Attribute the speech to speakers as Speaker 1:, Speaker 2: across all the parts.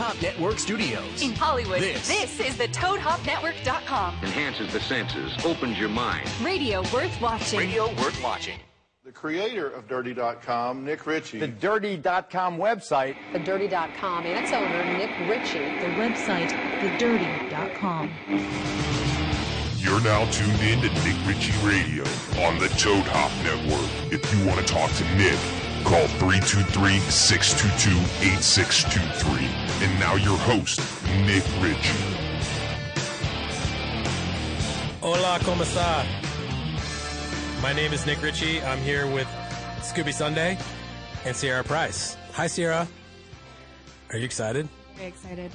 Speaker 1: Hop Network Studios.
Speaker 2: In Hollywood,
Speaker 1: This.
Speaker 2: this is the ToadHopNetwork.com.
Speaker 3: enhances the senses, opens your mind.
Speaker 2: Radio worth watching.
Speaker 1: Radio worth watching.
Speaker 4: The creator of Dirty.com, Nick Ritchie.
Speaker 5: The dirty.com website.
Speaker 6: The Dirty.com and its owner, Nick Ritchie.
Speaker 7: The website, thedirty.com.
Speaker 8: You're now tuned in to Nick Ritchie Radio on the Toad Hop Network. If you want to talk to Nick, call 323-622-8623. And now your host, Nick Ritchie.
Speaker 9: Hola, ¿cómo está? My name is Nick Ritchie. I'm here with Scooby Sunday and Sierra Price. Hi, Sierra. Are you excited?
Speaker 7: Very excited.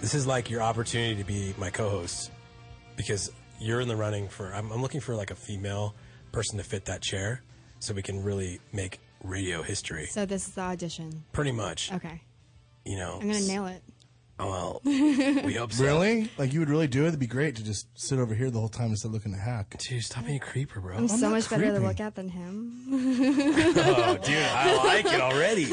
Speaker 9: This is like your opportunity to be my co-host because you're in the running for. I'm, I'm looking for like a female person to fit that chair, so we can really make radio history.
Speaker 7: So this is the audition.
Speaker 9: Pretty much,
Speaker 7: Okay.
Speaker 9: you know.
Speaker 7: I'm going to nail it.
Speaker 9: Well, we hope so.
Speaker 10: Really? Like you would really do it? It'd be great to just sit over here the whole time instead of looking at Hack.
Speaker 9: Dude, stop being a creeper, bro.
Speaker 7: I'm, so
Speaker 10: not
Speaker 7: much better to
Speaker 10: creepy.
Speaker 7: look at than him.
Speaker 9: Oh, dude, I like it already.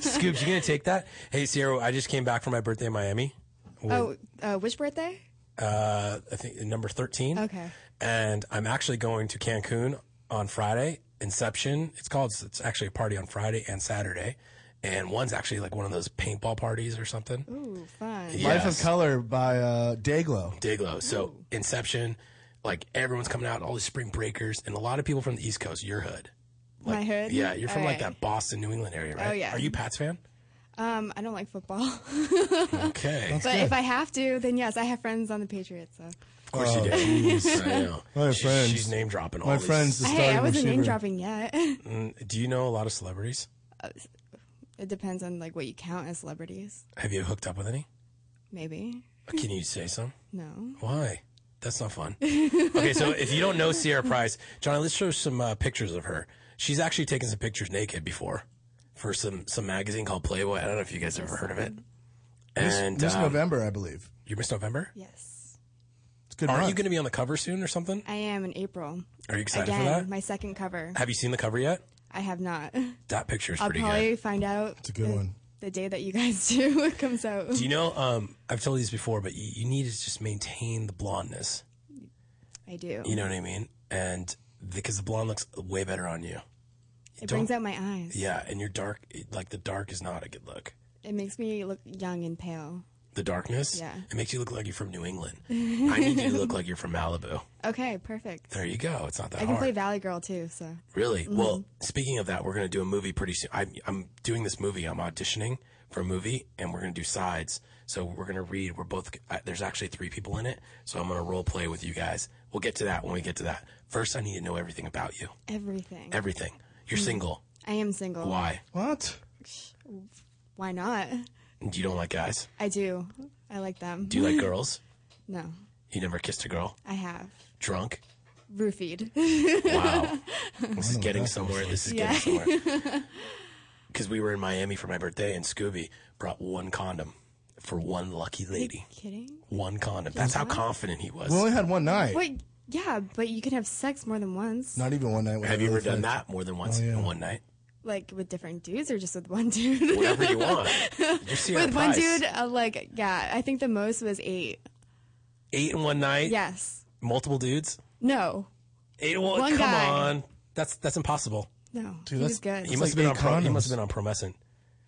Speaker 9: Scoops, you gonna take that? Hey, Sierra, I just came back from my birthday in Miami.
Speaker 7: Oh, uh, which birthday?
Speaker 9: Uh, I think number thirteen.
Speaker 7: Okay.
Speaker 9: And I'm actually going to Cancun on Friday. Inception. It's called. It's actually a party on Friday and Saturday, and one's actually like one of those paintball parties or something.
Speaker 7: Ooh, fun.
Speaker 10: Life of Color by uh, Dayglow.
Speaker 9: Dayglow. So Inception, like everyone's coming out, all these spring breakers, and a lot of people from the East Coast. Your hood.
Speaker 7: My hood?
Speaker 9: Yeah, you're from like
Speaker 7: Alright.
Speaker 9: that Boston, New England area, right?
Speaker 7: Oh, yeah.
Speaker 9: Are you a Pats fan?
Speaker 7: Um, I don't like football.
Speaker 9: Okay.
Speaker 7: but if I have to, then yes, I have friends on the Patriots. So.
Speaker 9: Of course you did. I know.
Speaker 10: Oh, My
Speaker 9: She's-
Speaker 10: friends.
Speaker 9: She's name dropping all
Speaker 10: My
Speaker 9: these- Mm,
Speaker 10: friend's the
Speaker 7: Hey, I
Speaker 10: starting
Speaker 7: wasn't name
Speaker 10: receiver.
Speaker 7: dropping yet.
Speaker 9: Do you know a lot of celebrities?
Speaker 7: it depends on like what you count as celebrities.
Speaker 9: Have you hooked up with any?
Speaker 7: Maybe.
Speaker 9: Can you say some?
Speaker 7: No.
Speaker 9: Why? That's not fun. okay, so if you don't know Sierra Price, Johnny, let's show some uh, pictures of her. She's actually taken some pictures naked before for some some magazine called Playboy. I don't know if you guys ever heard of it. And
Speaker 10: This
Speaker 9: um,
Speaker 10: November, I believe.
Speaker 9: you missed November.
Speaker 7: Yes.
Speaker 10: It's a good.
Speaker 9: Are
Speaker 10: month.
Speaker 9: you going to be on the cover soon or something?
Speaker 7: I am in April.
Speaker 9: Are you excited
Speaker 7: Again,
Speaker 9: for that?
Speaker 7: my second cover.
Speaker 9: Have you seen the cover yet?
Speaker 7: I have not.
Speaker 9: That picture is
Speaker 7: I'll
Speaker 9: pretty
Speaker 7: probably
Speaker 9: good.
Speaker 7: find out.
Speaker 10: It's a good
Speaker 7: the,
Speaker 10: one.
Speaker 7: The day that you guys do it comes out.
Speaker 9: Do you know? Um, I've told you this before, but you, you need to just maintain the blondness.
Speaker 7: I do.
Speaker 9: You know what I mean? And because the blonde looks way better on you.
Speaker 7: it
Speaker 9: don't-
Speaker 7: brings out my eyes.
Speaker 9: Yeah, and your dark, like the dark is not a good look.
Speaker 7: It makes me look young and pale.
Speaker 9: The darkness,
Speaker 7: Yeah.
Speaker 9: it makes you look like you're from New England. I need you to look like you're from Malibu.
Speaker 7: Okay, perfect.
Speaker 9: There you go. It's not that
Speaker 7: I can
Speaker 9: hard.
Speaker 7: play Valley Girl too, so Mm-hmm.
Speaker 9: Really? Well, speaking of that, we're going to do a movie pretty soon. I'm, I'm doing this movie. I'm auditioning for a movie, and we're going to do sides. So we're going to read. We're both. I, there's actually three people in it, so I'm going to role play with you guys. We'll get to that when we get to that. First, I need to know everything about you.
Speaker 7: everything.
Speaker 9: Everything. You're
Speaker 7: Mm.
Speaker 9: single.
Speaker 7: I am single.
Speaker 9: Why?
Speaker 10: What?
Speaker 7: Oh. Why not?
Speaker 9: You don't like guys.
Speaker 7: I do. I like them.
Speaker 9: Do you like girls?
Speaker 7: No,
Speaker 9: You never kissed a girl.
Speaker 7: I have.
Speaker 9: Drunk.
Speaker 7: Roofied.
Speaker 9: Wow. this is getting somewhere. This is
Speaker 7: Yeah.
Speaker 9: getting somewhere. Because we were in Miami for my birthday, and Scooby brought one condom for one lucky lady.
Speaker 7: Kidding?
Speaker 9: One condom. That's how confident he
Speaker 10: We
Speaker 9: was.
Speaker 10: only had one night.
Speaker 7: Wait, yeah, but you can have sex more than once.
Speaker 10: Not even one night. with
Speaker 9: Have you
Speaker 10: another
Speaker 9: ever done
Speaker 10: friend.
Speaker 9: that more than once
Speaker 10: Oh, yeah.
Speaker 9: in one night?
Speaker 7: Like with different dudes or just with one dude?
Speaker 9: Whatever you want. You're Sierra
Speaker 7: with one
Speaker 9: Price.
Speaker 7: dude, uh, like, yeah, I think the most was eight.
Speaker 9: Eight in one night.
Speaker 7: Yes.
Speaker 9: Multiple dudes.
Speaker 7: No.
Speaker 9: Eight in one.
Speaker 7: One
Speaker 9: come
Speaker 7: guy.
Speaker 9: on. That's that's impossible.
Speaker 7: No.
Speaker 10: Dude,
Speaker 7: he
Speaker 10: that's-
Speaker 7: was good.
Speaker 9: He
Speaker 10: It's
Speaker 9: must
Speaker 10: like
Speaker 9: have been on.
Speaker 10: eight
Speaker 9: Pro, he
Speaker 10: condoms.
Speaker 9: must have been on promescent.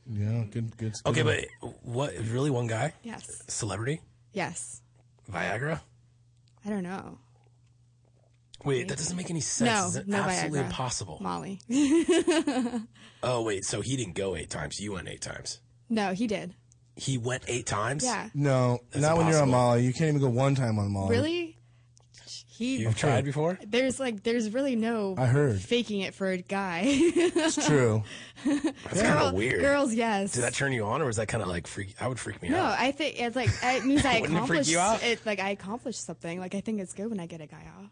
Speaker 10: Yeah, good. Good.
Speaker 9: Okay,
Speaker 10: good.
Speaker 9: but what? Really, one guy?
Speaker 7: Yes.
Speaker 9: Celebrity?
Speaker 7: Yes.
Speaker 9: Viagra?
Speaker 7: I don't know.
Speaker 9: Wait, that doesn't make any sense.
Speaker 7: No,
Speaker 9: This is
Speaker 7: no
Speaker 9: absolutely
Speaker 7: Viagra.
Speaker 9: impossible.
Speaker 7: Molly.
Speaker 9: Oh wait, so he didn't go eight times. You went eight times.
Speaker 7: No, he did.
Speaker 9: He went eight times.
Speaker 7: Yeah.
Speaker 10: No, not when you're on
Speaker 9: impossible.
Speaker 10: Molly. You can't even go one time on Molly.
Speaker 7: Really? He
Speaker 9: You've tried before.
Speaker 7: there's like there's really no
Speaker 10: I heard.
Speaker 7: faking it for a guy.
Speaker 10: It's true.
Speaker 9: That's kind of weird.
Speaker 7: Girls, yes.
Speaker 9: Did that turn you on, or was that kind of like freak? I would freak me
Speaker 7: no,
Speaker 9: out.
Speaker 7: I think it's like it means I
Speaker 9: Wouldn't it freak
Speaker 7: accomplished
Speaker 9: you out?
Speaker 7: it. Like I accomplished something. Like I think it's good when I get a guy off.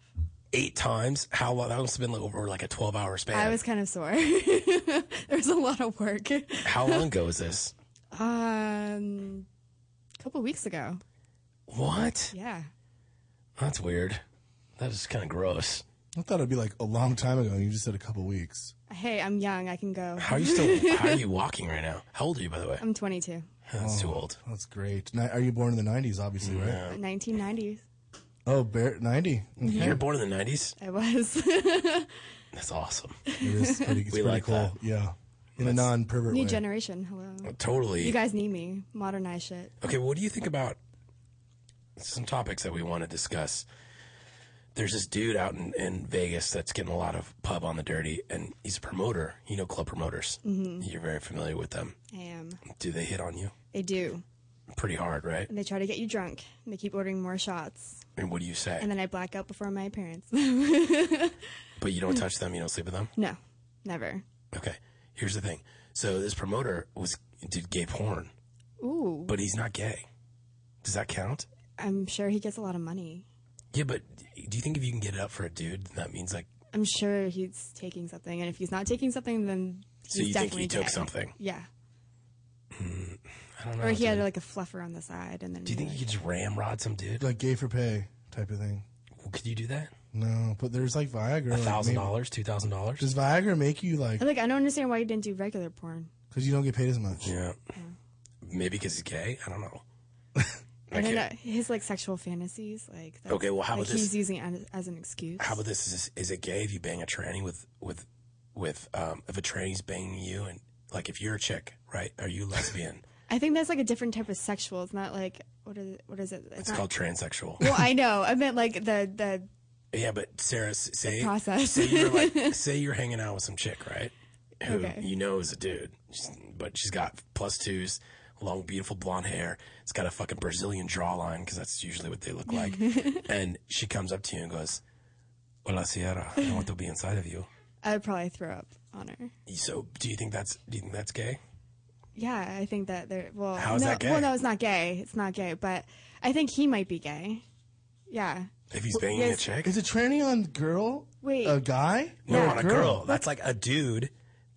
Speaker 9: Eight times. How long? That must have been like over like a twelve-hour span.
Speaker 7: I was kind of sore. there was a lot of work.
Speaker 9: How long ago was this?
Speaker 7: Um, a couple weeks ago.
Speaker 9: What?
Speaker 7: Yeah.
Speaker 9: That's weird. That is kind of gross.
Speaker 10: I thought it'd be like a long time ago. You just said a couple weeks.
Speaker 7: Hey, I'm young. I can go.
Speaker 9: How are you still? how are you walking right now? How old are you, by the way?
Speaker 7: I'm 22.
Speaker 9: That's too old.
Speaker 10: Oh, That's great. Ni- Are you born in the '90s? Obviously, right?
Speaker 7: 1990s.
Speaker 10: Oh, bear, '90.
Speaker 9: You were born in the '90s.
Speaker 7: I was.
Speaker 9: That's awesome.
Speaker 10: It is pretty, it's
Speaker 9: We
Speaker 10: pretty
Speaker 9: like
Speaker 10: cool.
Speaker 9: that.
Speaker 10: Yeah, in a non-pervert
Speaker 7: New
Speaker 10: way.
Speaker 7: generation. Hello.
Speaker 9: Totally.
Speaker 7: You guys need me. Modernize shit.
Speaker 9: Okay, what do you think about some topics that we want to discuss? There's this dude out in, in Vegas that's getting a lot of pub on the dirty, and he's a promoter. You know, club promoters. You're very familiar with them.
Speaker 7: Mm-hmm. I am.
Speaker 9: Do they hit on you
Speaker 7: They do.
Speaker 9: pretty hard, right?
Speaker 7: And they try to get you drunk. And they keep ordering more shots.
Speaker 9: And what do you say?
Speaker 7: And then I black out before my appearance.
Speaker 9: but you don't touch them. You don't sleep with them.
Speaker 7: no, never.
Speaker 9: Okay. Here's the thing. So this promoter was did gay porn,
Speaker 7: Ooh.
Speaker 9: but he's not gay. Does that count?
Speaker 7: I'm sure he gets a lot of money.
Speaker 9: Yeah, but do you think if you can get it up for a dude, that means like
Speaker 7: I'm sure he's taking something. And if he's not taking something, then
Speaker 9: So
Speaker 7: he's
Speaker 9: you think he
Speaker 7: definitely
Speaker 9: took
Speaker 7: gay.
Speaker 9: something?
Speaker 7: Yeah.
Speaker 9: I don't know.
Speaker 7: Or he had
Speaker 9: dude.
Speaker 7: like a fluffer on the side, and then
Speaker 9: do you think you could just ramrod some dude?
Speaker 10: like gay for pay type of thing.
Speaker 9: Could you do that?
Speaker 10: No, but there's like Viagra.
Speaker 9: A
Speaker 10: like,
Speaker 9: thousand
Speaker 10: maybe-
Speaker 9: dollars, two thousand dollars.
Speaker 10: Does Viagra make you like
Speaker 7: like I don't understand why you didn't do regular porn.
Speaker 10: because you don't get paid as much?
Speaker 9: Yeah,
Speaker 7: Mm.
Speaker 9: maybe because he's gay. I don't know.
Speaker 7: I don't
Speaker 9: Okay.
Speaker 7: know his like sexual fantasies, like that's-
Speaker 9: Okay, well, how
Speaker 7: like,
Speaker 9: about this?
Speaker 7: He's using it as, as an excuse.
Speaker 9: How about this? Is is it gay if you bang a tranny with with with um if a tranny's banging you and like if you're a chick, right? Are you lesbian?
Speaker 7: I think that's like a different type of sexual. It's not like what is what is it? It's,
Speaker 9: It's
Speaker 7: not-
Speaker 9: called transsexual.
Speaker 7: Well, I know. I meant like the the
Speaker 9: Yeah, but Sarah, s- say
Speaker 7: process.
Speaker 9: say you're like say you're hanging out with some chick, right? Who
Speaker 7: Okay.
Speaker 9: you know is a dude, she's, but she's got plus twos, long beautiful blonde hair. It's got a fucking Brazilian jawline because that's usually what they look like. and she comes up to you and goes, "Hola, Sierra. I want to be inside of you."
Speaker 7: I'd probably throw up on her.
Speaker 9: So, do you think that's do you think that's gay?
Speaker 7: Yeah, I think that they're well.
Speaker 9: How is
Speaker 7: no,
Speaker 9: that gay?
Speaker 7: Well, no, it's not gay. It's not gay, but I think he might be gay. Yeah.
Speaker 9: If he's banging
Speaker 7: yes.
Speaker 9: a chick,
Speaker 10: Is a tranny on girl?
Speaker 7: Wait.
Speaker 9: Oh,
Speaker 10: a guy?
Speaker 9: no,
Speaker 10: Or
Speaker 9: on a girl. That's like a dude.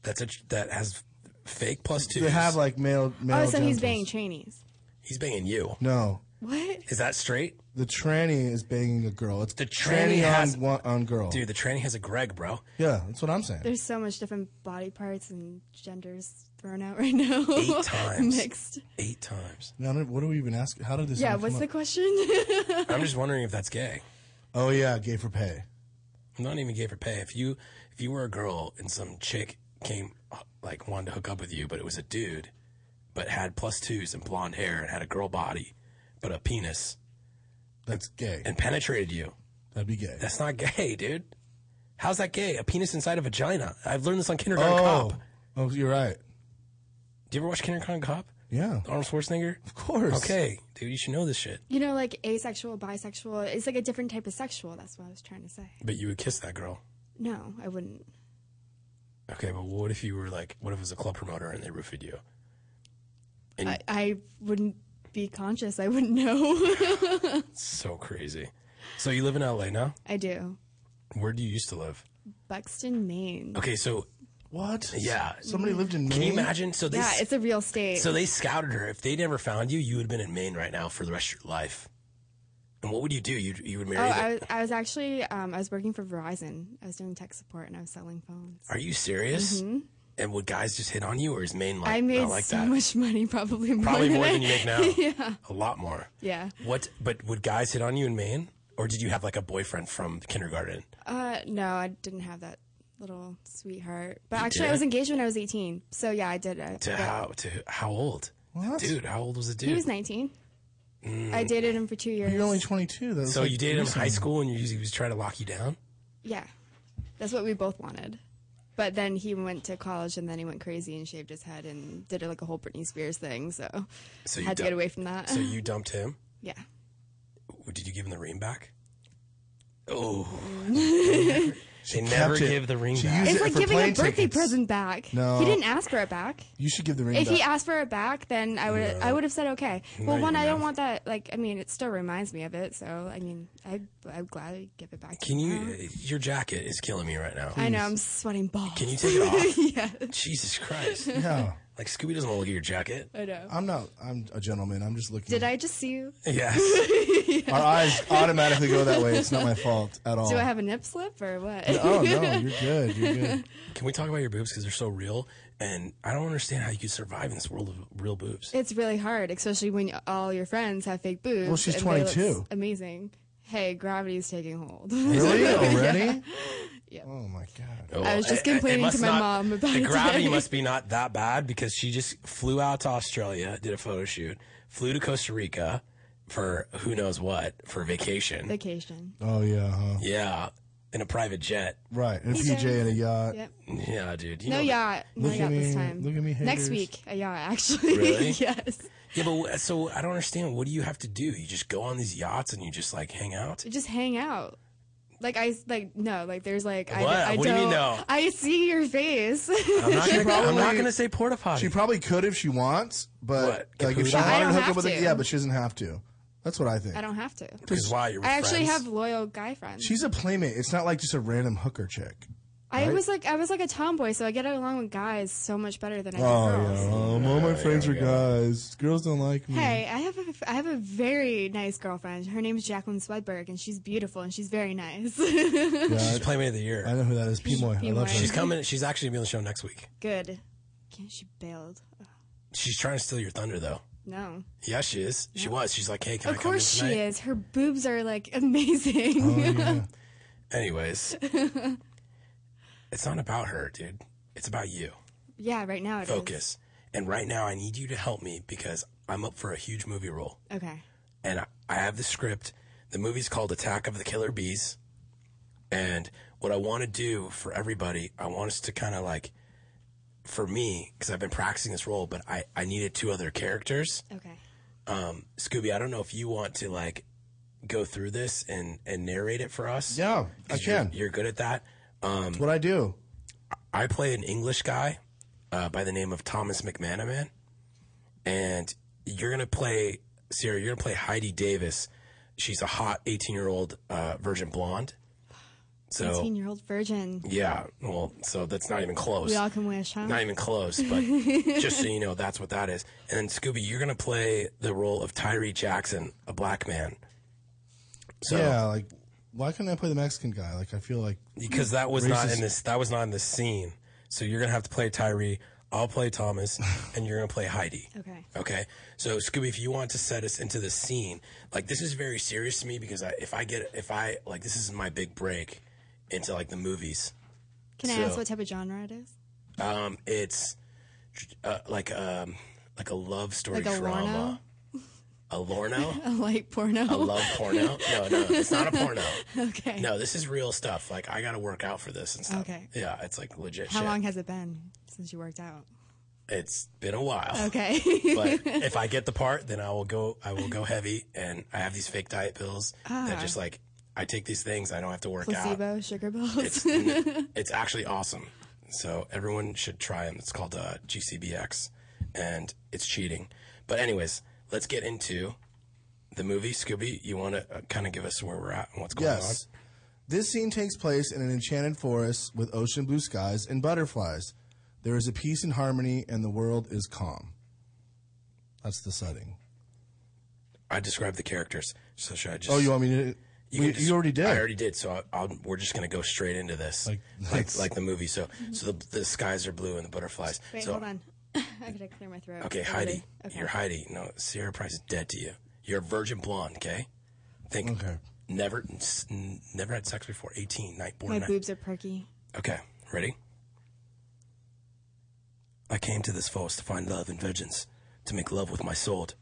Speaker 9: That's a tr- that has fake plus twos.
Speaker 10: They have like male. male
Speaker 7: oh, so he's
Speaker 10: genitals.
Speaker 7: banging trainees.
Speaker 9: he's banging you.
Speaker 10: No,
Speaker 7: What?
Speaker 9: Is that straight?
Speaker 10: the tranny is banging a girl. It's
Speaker 9: The tranny has-
Speaker 10: on one, on girl.
Speaker 9: Dude, the tranny has a Greg, bro.
Speaker 10: Yeah, that's what I'm saying.
Speaker 7: There's so much different body parts and genders thrown out right now.
Speaker 9: Eight times.
Speaker 7: Mixed.
Speaker 9: Eight times.
Speaker 10: Now, what do we even ask? How did this?
Speaker 7: Yeah,
Speaker 10: even
Speaker 7: what's
Speaker 10: come
Speaker 7: the
Speaker 10: up?
Speaker 7: question?
Speaker 9: I'm just wondering if that's gay.
Speaker 10: Oh yeah, gay for pay.
Speaker 9: I'm not even gay for pay. If you if you were a girl and some chick came uh, like wanted to hook up with you, but it was a dude, but had plus twos and blonde hair and had a girl body, but a penis
Speaker 10: That's gay.
Speaker 9: and penetrated you,
Speaker 10: That'd be gay.
Speaker 9: that's not gay, dude. How's that gay? A penis inside a vagina. I've learned this on Kindergarten
Speaker 10: oh,
Speaker 9: Cop.
Speaker 10: oh, you're right.
Speaker 9: Do you ever watch Kindergarten Cop?
Speaker 10: Yeah,
Speaker 9: Arnold Schwarzenegger.
Speaker 10: of course.
Speaker 9: Okay, dude, you should know this shit.
Speaker 7: you know, like asexual, bisexual. It's like a different type of sexual. That's what I was trying to say.
Speaker 9: But you would kiss that girl.
Speaker 7: No, I wouldn't.
Speaker 9: Okay, but what if you were like, what if it was a club promoter and they roofied you? And-
Speaker 7: I, I wouldn't be conscious. I wouldn't know.
Speaker 9: So crazy. So you live in LA now?
Speaker 7: I do.
Speaker 9: Where do you used to live?
Speaker 7: Buxton, Maine.
Speaker 9: Okay, so
Speaker 10: What?
Speaker 9: yeah.
Speaker 10: Somebody lived in
Speaker 9: Can you
Speaker 10: Maine.
Speaker 9: imagine? So they
Speaker 7: Yeah, it's a real state.
Speaker 9: so they scouted her. If they never found you, you would have been in Maine right now for the rest of your life. And what would you do? You you would
Speaker 7: oh,
Speaker 9: marry? the-
Speaker 7: I was, I was actually um, I was working for Verizon. I was doing tech support and I was selling phones.
Speaker 9: Are you serious? And would guys just hit on you, or is Maine like
Speaker 7: I made
Speaker 9: not like
Speaker 7: so
Speaker 9: that?
Speaker 7: much money, probably more
Speaker 9: Probably more than
Speaker 7: I-
Speaker 9: you make now. A lot more.
Speaker 7: Yeah.
Speaker 9: What? But would guys hit on you in Maine, or did you have like a boyfriend from kindergarten?
Speaker 7: Uh, no, I didn't have that little sweetheart. But
Speaker 9: You
Speaker 7: actually, I
Speaker 9: didn't?
Speaker 7: was engaged when I was 18. So yeah, I did it.
Speaker 9: To how to how old?
Speaker 10: What?
Speaker 9: Dude, how old was the dude?
Speaker 7: He was 19. I
Speaker 9: Mm.
Speaker 7: dated him for two years.
Speaker 10: You're only 22. That was
Speaker 9: So
Speaker 10: like
Speaker 9: you dated him in
Speaker 10: recent.
Speaker 9: high school, and you, he was trying to lock you down.
Speaker 7: Yeah, that's what we both wanted. But then he went to college, and then he went crazy and shaved his head and did like a whole Britney Spears thing. So,
Speaker 9: So you
Speaker 7: had to
Speaker 9: dump-
Speaker 7: get away from that.
Speaker 9: So you dumped him.
Speaker 7: yeah,
Speaker 9: Did you give him the ring back? Oh, they
Speaker 10: kept
Speaker 9: never
Speaker 10: it.
Speaker 9: give the ring
Speaker 10: She
Speaker 9: back.
Speaker 10: used-
Speaker 7: it's
Speaker 10: it
Speaker 7: like
Speaker 10: for
Speaker 7: giving a
Speaker 10: plane
Speaker 7: birthday
Speaker 10: tickets.
Speaker 7: present back.
Speaker 10: No.
Speaker 7: he didn't ask for it back.
Speaker 10: You should give the ring.
Speaker 7: If he
Speaker 10: back.
Speaker 7: asked for it back, then I would I would have said okay. Well,
Speaker 9: you
Speaker 7: one, I don't
Speaker 9: wouldn't have.
Speaker 7: want that. Like, I mean, it still reminds me of it. So, I mean, I I'm glad I give it back.
Speaker 9: Can you? Your jacket is killing me right now.
Speaker 7: I know I'm sweating balls.
Speaker 9: Can you take it off? yes. Jesus Christ.
Speaker 10: yeah,
Speaker 9: Like Scooby doesn't want to look at your jacket.
Speaker 7: I know.
Speaker 10: I'm not. I'm a gentleman. I'm just looking.
Speaker 7: Did I just see you?
Speaker 9: Yes.
Speaker 10: Our eyes automatically go that way. It's not my fault at all.
Speaker 7: Do I have a nip slip or what?
Speaker 10: Oh no, you're good. You're good.
Speaker 9: Can we talk about your boobs because they're so real? And I don't understand how you could survive in this world of real boobs.
Speaker 7: It's really hard, especially when all your friends have fake boobs.
Speaker 10: Well, she's
Speaker 7: and they look
Speaker 10: 22.
Speaker 7: Amazing. Hey, gravity's taking hold.
Speaker 10: Really already? Oh my god.
Speaker 9: Oh,
Speaker 7: I was just
Speaker 9: it- it- it
Speaker 7: complaining
Speaker 9: must
Speaker 7: to my mom about
Speaker 9: the
Speaker 7: it
Speaker 9: gravity
Speaker 7: today.
Speaker 9: must be not that bad because she just flew out to Australia, did a photo shoot, flew to Costa Rica for who knows what for vacation.
Speaker 7: Vacation.
Speaker 10: Oh yeah. Huh?
Speaker 9: yeah, in a private jet.
Speaker 10: Right. And a PJ and a yacht.
Speaker 7: Yep.
Speaker 9: Yeah, dude. You
Speaker 7: No
Speaker 9: know-
Speaker 7: yacht. No
Speaker 10: Look at
Speaker 7: yacht
Speaker 10: me-
Speaker 7: this time.
Speaker 10: look at me, haters.
Speaker 7: Next week, a yacht, actually.
Speaker 9: Really?
Speaker 7: yes.
Speaker 9: Yeah, but wh- so I don't understand. What do you have to do? You just go on these yachts and you just like hang out.
Speaker 7: Just hang out. Like, I, like, no, like, there's like, I,
Speaker 9: What?
Speaker 7: I
Speaker 9: What do you
Speaker 7: don't.
Speaker 9: mean, no?
Speaker 7: I see your face.
Speaker 9: I'm not gonna, I'm not
Speaker 10: probably-
Speaker 9: gonna say porta potty.
Speaker 10: She probably could if she wants, but
Speaker 9: What?
Speaker 10: like if she
Speaker 9: Capuchin?
Speaker 7: I
Speaker 10: wanted to
Speaker 7: don't
Speaker 10: hook up
Speaker 7: have
Speaker 10: with a
Speaker 7: to.
Speaker 10: yeah, but she doesn't have to. That's what I think.
Speaker 7: I don't have to.
Speaker 9: because why you're with
Speaker 7: I actually
Speaker 9: friends.
Speaker 7: have loyal guy friends.
Speaker 10: She's a playmate. It's not like just a random hooker chick.
Speaker 7: I was like, I was like a tomboy, so I get along with guys so much better than I do
Speaker 10: Oh
Speaker 7: girls.
Speaker 10: yeah, um, all my friends are guys. Girls don't
Speaker 9: Mm.
Speaker 10: like me.
Speaker 7: Hey, I have a, I have a very nice girlfriend. Her name is Jacqueline Swedberg, and she's beautiful and she's very nice.
Speaker 9: She's playmate of the year.
Speaker 10: I know who that is. P Moy. I love her.
Speaker 9: She's coming. She's actually gonna be on the show next week.
Speaker 7: Good. Can't she bailed?
Speaker 9: She's trying to steal your thunder though.
Speaker 7: No.
Speaker 9: Yeah, she is. She was. She's like, hey, can
Speaker 7: Of
Speaker 9: I come
Speaker 7: course she
Speaker 9: in tonight?
Speaker 7: is. Her boobs are like
Speaker 9: Oh,
Speaker 7: amazing.
Speaker 9: Anyways, it's not about her, dude. It's about you.
Speaker 7: yeah, right now it is.
Speaker 9: Focus. And right now, I need you to help me because I'm up for a huge movie role,
Speaker 7: Okay.
Speaker 9: and I, I have the script. The movie's called Attack of the Killer Bees, and what I want to do for everybody, I want us to kind of like, for me, because I've been practicing this role, but I I needed two other characters.
Speaker 7: Okay.
Speaker 9: Scooby, I don't know if you want to like go through this and and narrate it for us.
Speaker 10: Yeah, I
Speaker 9: 'Cause you're-
Speaker 10: can.
Speaker 9: You're, good at that.
Speaker 10: That's what I do.
Speaker 9: I play an English guy uh, by the name of Thomas McManaman, and you're gonna play Sarah. You're gonna play Heidi Davis. She's a hot 18 year old uh, virgin blonde. So
Speaker 7: 18 year old virgin.
Speaker 9: yeah, well, so that's not even close.
Speaker 7: We all can wish, huh?
Speaker 9: Not even close, but just so you know, that's what that is. And then Scooby, you're gonna play the role of Tyree Jackson, a black man. So
Speaker 10: Yeah, like why couldn't I play the Mexican guy? Like I feel like
Speaker 9: because that was not
Speaker 10: Racist.
Speaker 9: in this that was not in this scene. So you're gonna have to play Tyree, I'll play Thomas, and you're gonna play Heidi.
Speaker 7: Okay.
Speaker 9: Okay. So Scooby, if you want to set us into the scene, like this is very serious to me because I, if I get if I like this is my big break into like the movies.
Speaker 7: Can I
Speaker 9: So-
Speaker 7: ask what type of genre it is?
Speaker 9: Um, it's uh, like um like a love story
Speaker 7: Like a
Speaker 9: drama. A Lorno?
Speaker 7: A light porno.
Speaker 9: I love porno. No, no, it's not a porno.
Speaker 7: okay.
Speaker 9: No, this is real stuff. Like I got to work out for this and stuff.
Speaker 7: Okay.
Speaker 9: Yeah, it's like legit.
Speaker 7: How
Speaker 9: shit. Oh
Speaker 7: long has it been since you worked out?
Speaker 9: it's been a while.
Speaker 7: Okay.
Speaker 9: But if I get the part, then I will go. I will go heavy, and I have these fake diet pills that just like I take these things. I don't have to work out.
Speaker 7: Placebo, sugar balls.
Speaker 9: It's n- it's actually awesome. So everyone should try them. It's called uh, GCBX, and it's cheating. But anyways, let's get into the movie. Scooby, you want to uh, kind of give us where we're at and what's going
Speaker 10: Yes. This scene takes place in an enchanted forest with ocean blue skies and butterflies. There is a peace and harmony, and the world is calm. That's the setting.
Speaker 9: on. I described the characters, so should I just?
Speaker 10: Oh, you want me to? we-
Speaker 9: You, can just-
Speaker 10: you already did.
Speaker 9: I already did. So I, I'll, we're just gonna go straight into this, like
Speaker 10: Like,
Speaker 9: like,
Speaker 10: that's-
Speaker 9: the movie. So so the, the skies are blue and the butterflies.
Speaker 7: Mm-hmm. Wait,
Speaker 9: so
Speaker 7: hold on. I gotta clear my throat.
Speaker 9: okay,
Speaker 7: I
Speaker 9: Heidi,
Speaker 7: really-
Speaker 9: you're Heidi. No, Sierra Price is dead to you. You're a virgin blonde. Okay, think.
Speaker 10: Okay.
Speaker 9: Never s- n- never had sex before. 18, night born.
Speaker 7: My
Speaker 9: night.
Speaker 7: boobs are perky.
Speaker 9: Okay, ready? I came to this forest to find love and vengeance, to make love with my sword.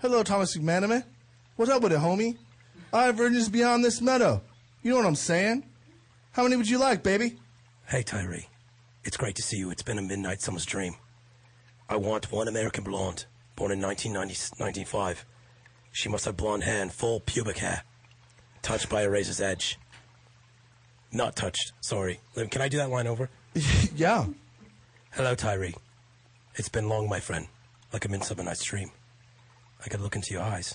Speaker 10: Hello, Thomas McManaman. What's up with it, homie? I have virgins beyond this meadow. You know what I'm saying? How many would you like, baby?
Speaker 9: Hey, Tyree. It's great to see you. It's been a midnight summer's dream. I want one American blonde, born in 1990, 1995. She must have blonde hair and full pubic hair, touched by a razor's edge. Not touched, sorry. Lim, Can I do that line over?
Speaker 10: Yeah.
Speaker 9: Hello, Tyree. It's been long, my friend, like a midsummer night's dream. I could look into your eyes.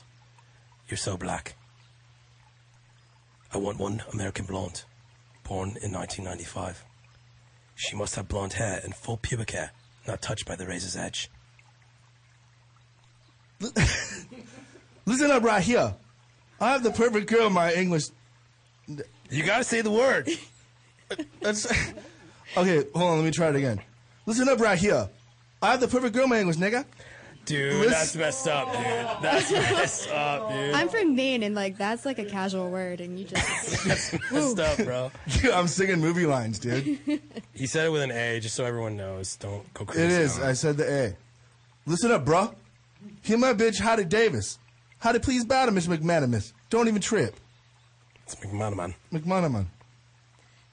Speaker 9: You're so black. I want one American blonde, born in 1995. She must have blonde hair and full pubic hair, Not touched by the razor's edge.
Speaker 10: Listen up right here. I have the perfect girl in my English.
Speaker 9: You gotta say the word.
Speaker 10: That's okay. Hold on, let me try it again. Listen up right here. I have the perfect girl in my English, nigga.
Speaker 9: Dude,
Speaker 10: Listen-
Speaker 9: that's messed up, dude. That's messed up, dude.
Speaker 7: I'm from Maine, and like that's like a casual word, and you just
Speaker 9: Messed up, bro.
Speaker 10: Dude, I'm singing movie lines, dude. It
Speaker 9: He said it with an A, just so everyone knows. Don't go crazy.
Speaker 10: is.
Speaker 9: on
Speaker 10: I said the A. Listen up, bruh. Hear my bitch, Howdy Davis. Howdy please bow to Miss McManamus. Don't even trip.
Speaker 9: It's McManaman.
Speaker 10: McManaman.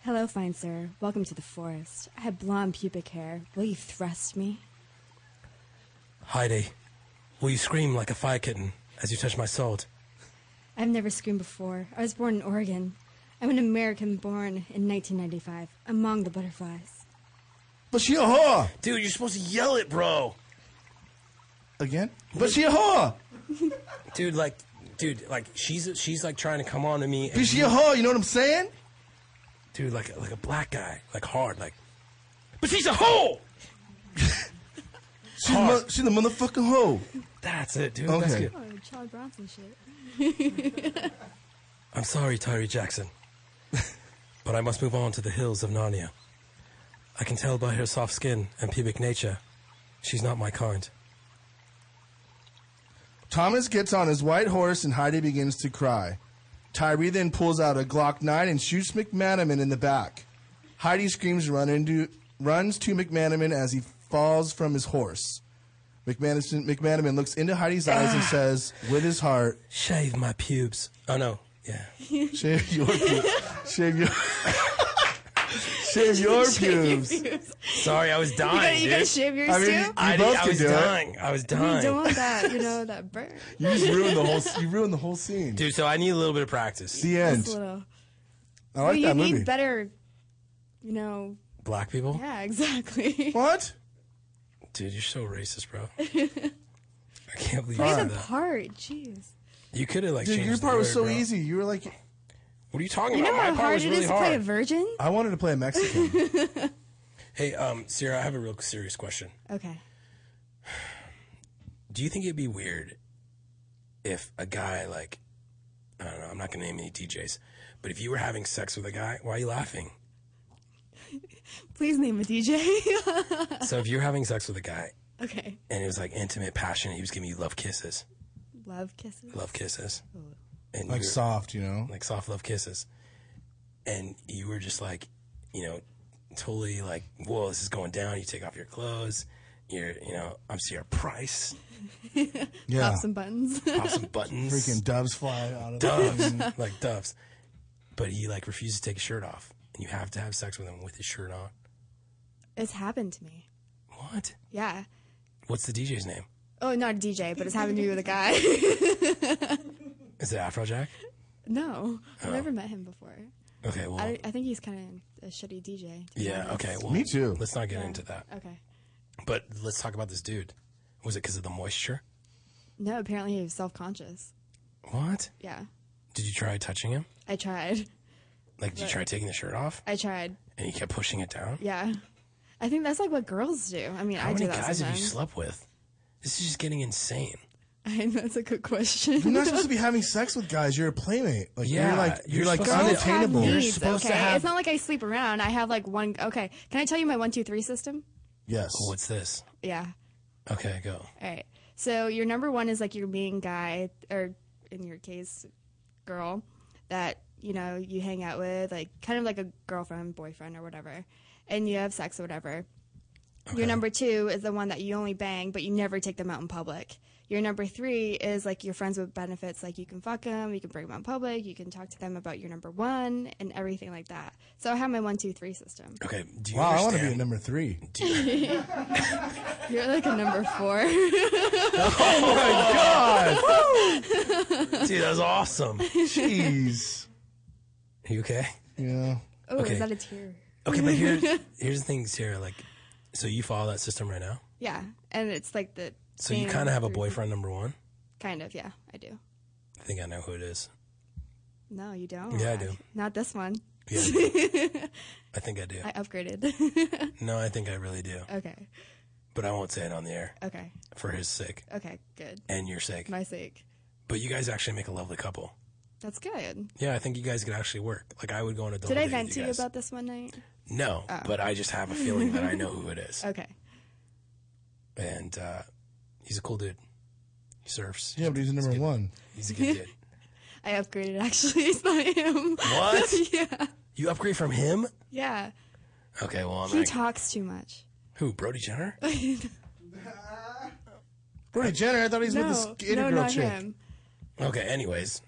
Speaker 7: hello, fine sir. Welcome to the forest. I have blonde pubic hair. Will you thrust me?
Speaker 9: Heidi, will you scream like a fire kitten as you touch my sword?
Speaker 7: I've never screamed before. I was born in Oregon. I'm an American born in 1995 among the butterflies.
Speaker 10: But she a whore.
Speaker 9: Dude, you're supposed to yell it, bro.
Speaker 10: Again? But she a whore.
Speaker 9: Dude, like, dude, like she's she's like trying to come on to me. and
Speaker 10: Be she
Speaker 9: you-
Speaker 10: a whore, you know what I'm saying?
Speaker 9: dude, like like a black guy, like hard, like. But she's a hoe.
Speaker 10: She's, mo- she's a motherfucking hoe.
Speaker 9: That's it, dude.
Speaker 10: Okay.
Speaker 9: That's good.
Speaker 7: Oh, Charlie Bronson shit.
Speaker 9: I'm sorry, Tyree Jackson, but I must move on to the hills of Narnia. I can tell by her soft skin and pubic nature, she's not my kind.
Speaker 10: Thomas gets on his white horse and Heidi begins to cry. Tyree then pulls out a Glock 9 and shoots McManaman in the back. Heidi screams and run into, runs to McManaman as he falls from his horse. McManaman, McManaman looks into Heidi's eyes and says, with his heart,
Speaker 9: Shave my pubes. Oh no, yeah.
Speaker 10: shave your pubes. Shave your, shave your pubes.
Speaker 9: Sorry, I was dying,
Speaker 7: you gotta
Speaker 9: dude.
Speaker 7: shave yours
Speaker 10: I mean,
Speaker 7: too?
Speaker 10: you
Speaker 9: I, did-
Speaker 10: both
Speaker 9: I
Speaker 10: can
Speaker 9: was
Speaker 10: do it.
Speaker 9: dying. I was
Speaker 7: You don't
Speaker 9: dying,
Speaker 7: want that, you know, that burn.
Speaker 10: You just ruined the whole, you ruined the whole scene.
Speaker 9: dude. So I need a little bit of practice.
Speaker 10: The end.
Speaker 7: Just a little.
Speaker 10: I like
Speaker 7: you
Speaker 10: that
Speaker 7: need
Speaker 10: movie.
Speaker 7: better, you know.
Speaker 9: Black people,
Speaker 7: Yeah, exactly.
Speaker 10: What?
Speaker 9: dude, you're so racist, bro. I can't believe you
Speaker 7: Play
Speaker 9: said
Speaker 7: the
Speaker 9: that.
Speaker 7: part, jeez.
Speaker 9: You could have like
Speaker 10: Dude,
Speaker 9: changed
Speaker 10: your
Speaker 9: the
Speaker 10: part was
Speaker 9: word,
Speaker 10: so
Speaker 9: bro.
Speaker 10: easy. You were like,
Speaker 9: What are you talking
Speaker 7: You know
Speaker 9: about?
Speaker 7: how
Speaker 9: Oh, My part
Speaker 7: hard
Speaker 9: was
Speaker 7: it
Speaker 9: really
Speaker 7: is to play a
Speaker 9: hard.
Speaker 7: virgin?
Speaker 10: I wanted to play a Mexican.
Speaker 9: Hey, um, Sierra, I have a real serious question.
Speaker 7: Okay.
Speaker 9: Do you think it'd be weird if a guy like I don't know, I'm not gonna name any DJs, but if you were having sex with a guy, why are you laughing?
Speaker 7: Please name a DJ.
Speaker 9: so if you're having sex with a guy
Speaker 7: okay.
Speaker 9: and it was like intimate, passionate, he was giving you love kisses,
Speaker 7: Love kisses.
Speaker 9: love kisses, and
Speaker 10: like
Speaker 9: you were-
Speaker 10: soft, you know?
Speaker 9: like soft love kisses, and you were just like, you know, totally like, whoa, this is going down. You take off your clothes. You're, you know, I'm Sierra Price.
Speaker 10: Yeah.
Speaker 7: Pop some buttons.
Speaker 9: Pop some buttons.
Speaker 10: Freaking doves fly out of the
Speaker 9: doves, like doves. But he like refuses to take his shirt off, and you have to have sex with him with his shirt on.
Speaker 7: it's happened to me.
Speaker 9: What?
Speaker 7: Yeah.
Speaker 9: What's the DJ's name?
Speaker 7: Oh, not a DJ, but it's happened to me with a guy.
Speaker 9: Is it Afrojack?
Speaker 7: no,
Speaker 9: Oh.
Speaker 7: I've never met him before.
Speaker 9: Okay, well,
Speaker 7: I, I think he's kind of a shitty DJ. to be
Speaker 9: Oh. yeah,
Speaker 7: honest.
Speaker 9: okay, well,
Speaker 10: Me too.
Speaker 9: Let's not get into that.
Speaker 7: Okay.
Speaker 9: But let's talk about this dude. Was it because of the moisture?
Speaker 7: No, apparently he was self conscious.
Speaker 9: What?
Speaker 7: Yeah.
Speaker 9: Did you try touching him?
Speaker 7: I tried.
Speaker 9: Like, did you try taking the shirt off?
Speaker 7: I tried.
Speaker 9: And he kept pushing it down.
Speaker 7: Yeah. I think that's like what girls do. I mean,
Speaker 9: How
Speaker 7: I do
Speaker 9: many
Speaker 7: that
Speaker 9: guys have
Speaker 7: sometimes.
Speaker 9: you slept with? This is just getting insane.
Speaker 7: I, that's a good question.
Speaker 10: You're not supposed to be having sex with guys. You're a playmate. Like
Speaker 9: Yeah,
Speaker 10: you're like
Speaker 9: you're
Speaker 10: you're, like
Speaker 9: supposed to-
Speaker 7: Girls have
Speaker 10: unattainable.
Speaker 9: You're
Speaker 7: needs,
Speaker 9: supposed to
Speaker 7: okay?
Speaker 9: have-
Speaker 7: It's not like I sleep around. I have like one. Okay, can I tell you my one, two, three system?
Speaker 10: yes.
Speaker 9: What's this?
Speaker 7: Yeah.
Speaker 9: Okay, go.
Speaker 7: All right. So your number one is like your main guy, or in your case, girl, that you know you hang out with, like kind of like a girlfriend, boyfriend, or whatever, and you have sex or whatever. Your number two is the one that you only bang, but you never take them out in public. Your number three is like your friends with benefits, like you can fuck them, you can bring them out in public, you can talk to them about your number one and everything like that. So I have my one, two, three system.
Speaker 9: Okay, do you
Speaker 10: Wow, I want to be
Speaker 9: understand?
Speaker 10: at number three.
Speaker 7: You're like a number four.
Speaker 9: Dude, that was awesome.
Speaker 10: Jeez.
Speaker 9: you okay?
Speaker 10: yeah.
Speaker 7: oh,
Speaker 9: Okay.
Speaker 7: is that a tear?
Speaker 9: Okay, but here's here's the thing, Sarah. Like, so you follow that system right now.
Speaker 7: Yeah, and it's like the.
Speaker 9: So you kind of have a boyfriend number one.
Speaker 7: Kind of, yeah, I do.
Speaker 9: I think I know who it is.
Speaker 7: No, you don't.
Speaker 9: Yeah, I do.
Speaker 7: Not this one.
Speaker 9: Yeah, I do. I think I do.
Speaker 7: I upgraded.
Speaker 9: No, I think I really do.
Speaker 7: okay.
Speaker 9: but I won't say it on the air
Speaker 7: Okay.
Speaker 9: for his sake
Speaker 7: Okay. Good.
Speaker 9: and your sake.
Speaker 7: My sake.
Speaker 9: But you guys actually make a lovely couple.
Speaker 7: That's good.
Speaker 9: Yeah, I think you guys could actually work. Like I would go on a double
Speaker 7: Did I
Speaker 9: date
Speaker 7: vent
Speaker 9: with
Speaker 7: to you
Speaker 9: guys.
Speaker 7: about this one night?
Speaker 9: No,
Speaker 7: Oh.
Speaker 9: but I just have a feeling that I know who it is,
Speaker 7: Okay.
Speaker 9: and uh, he's a cool dude. He surfs.
Speaker 10: Yeah, but he's number one.
Speaker 9: He's a good dude.
Speaker 7: I upgraded actually. It's not him.
Speaker 9: What?
Speaker 7: yeah.
Speaker 9: You upgrade from him?
Speaker 7: Yeah.
Speaker 9: Okay, well I'm
Speaker 7: He
Speaker 9: like,
Speaker 7: talks too much.
Speaker 9: who? Brody Jenner?
Speaker 10: Brody Jenner, I thought he's
Speaker 7: no.
Speaker 10: with the skater
Speaker 7: no,
Speaker 10: girl
Speaker 7: not
Speaker 10: chick.
Speaker 7: him.
Speaker 9: Okay, anyways,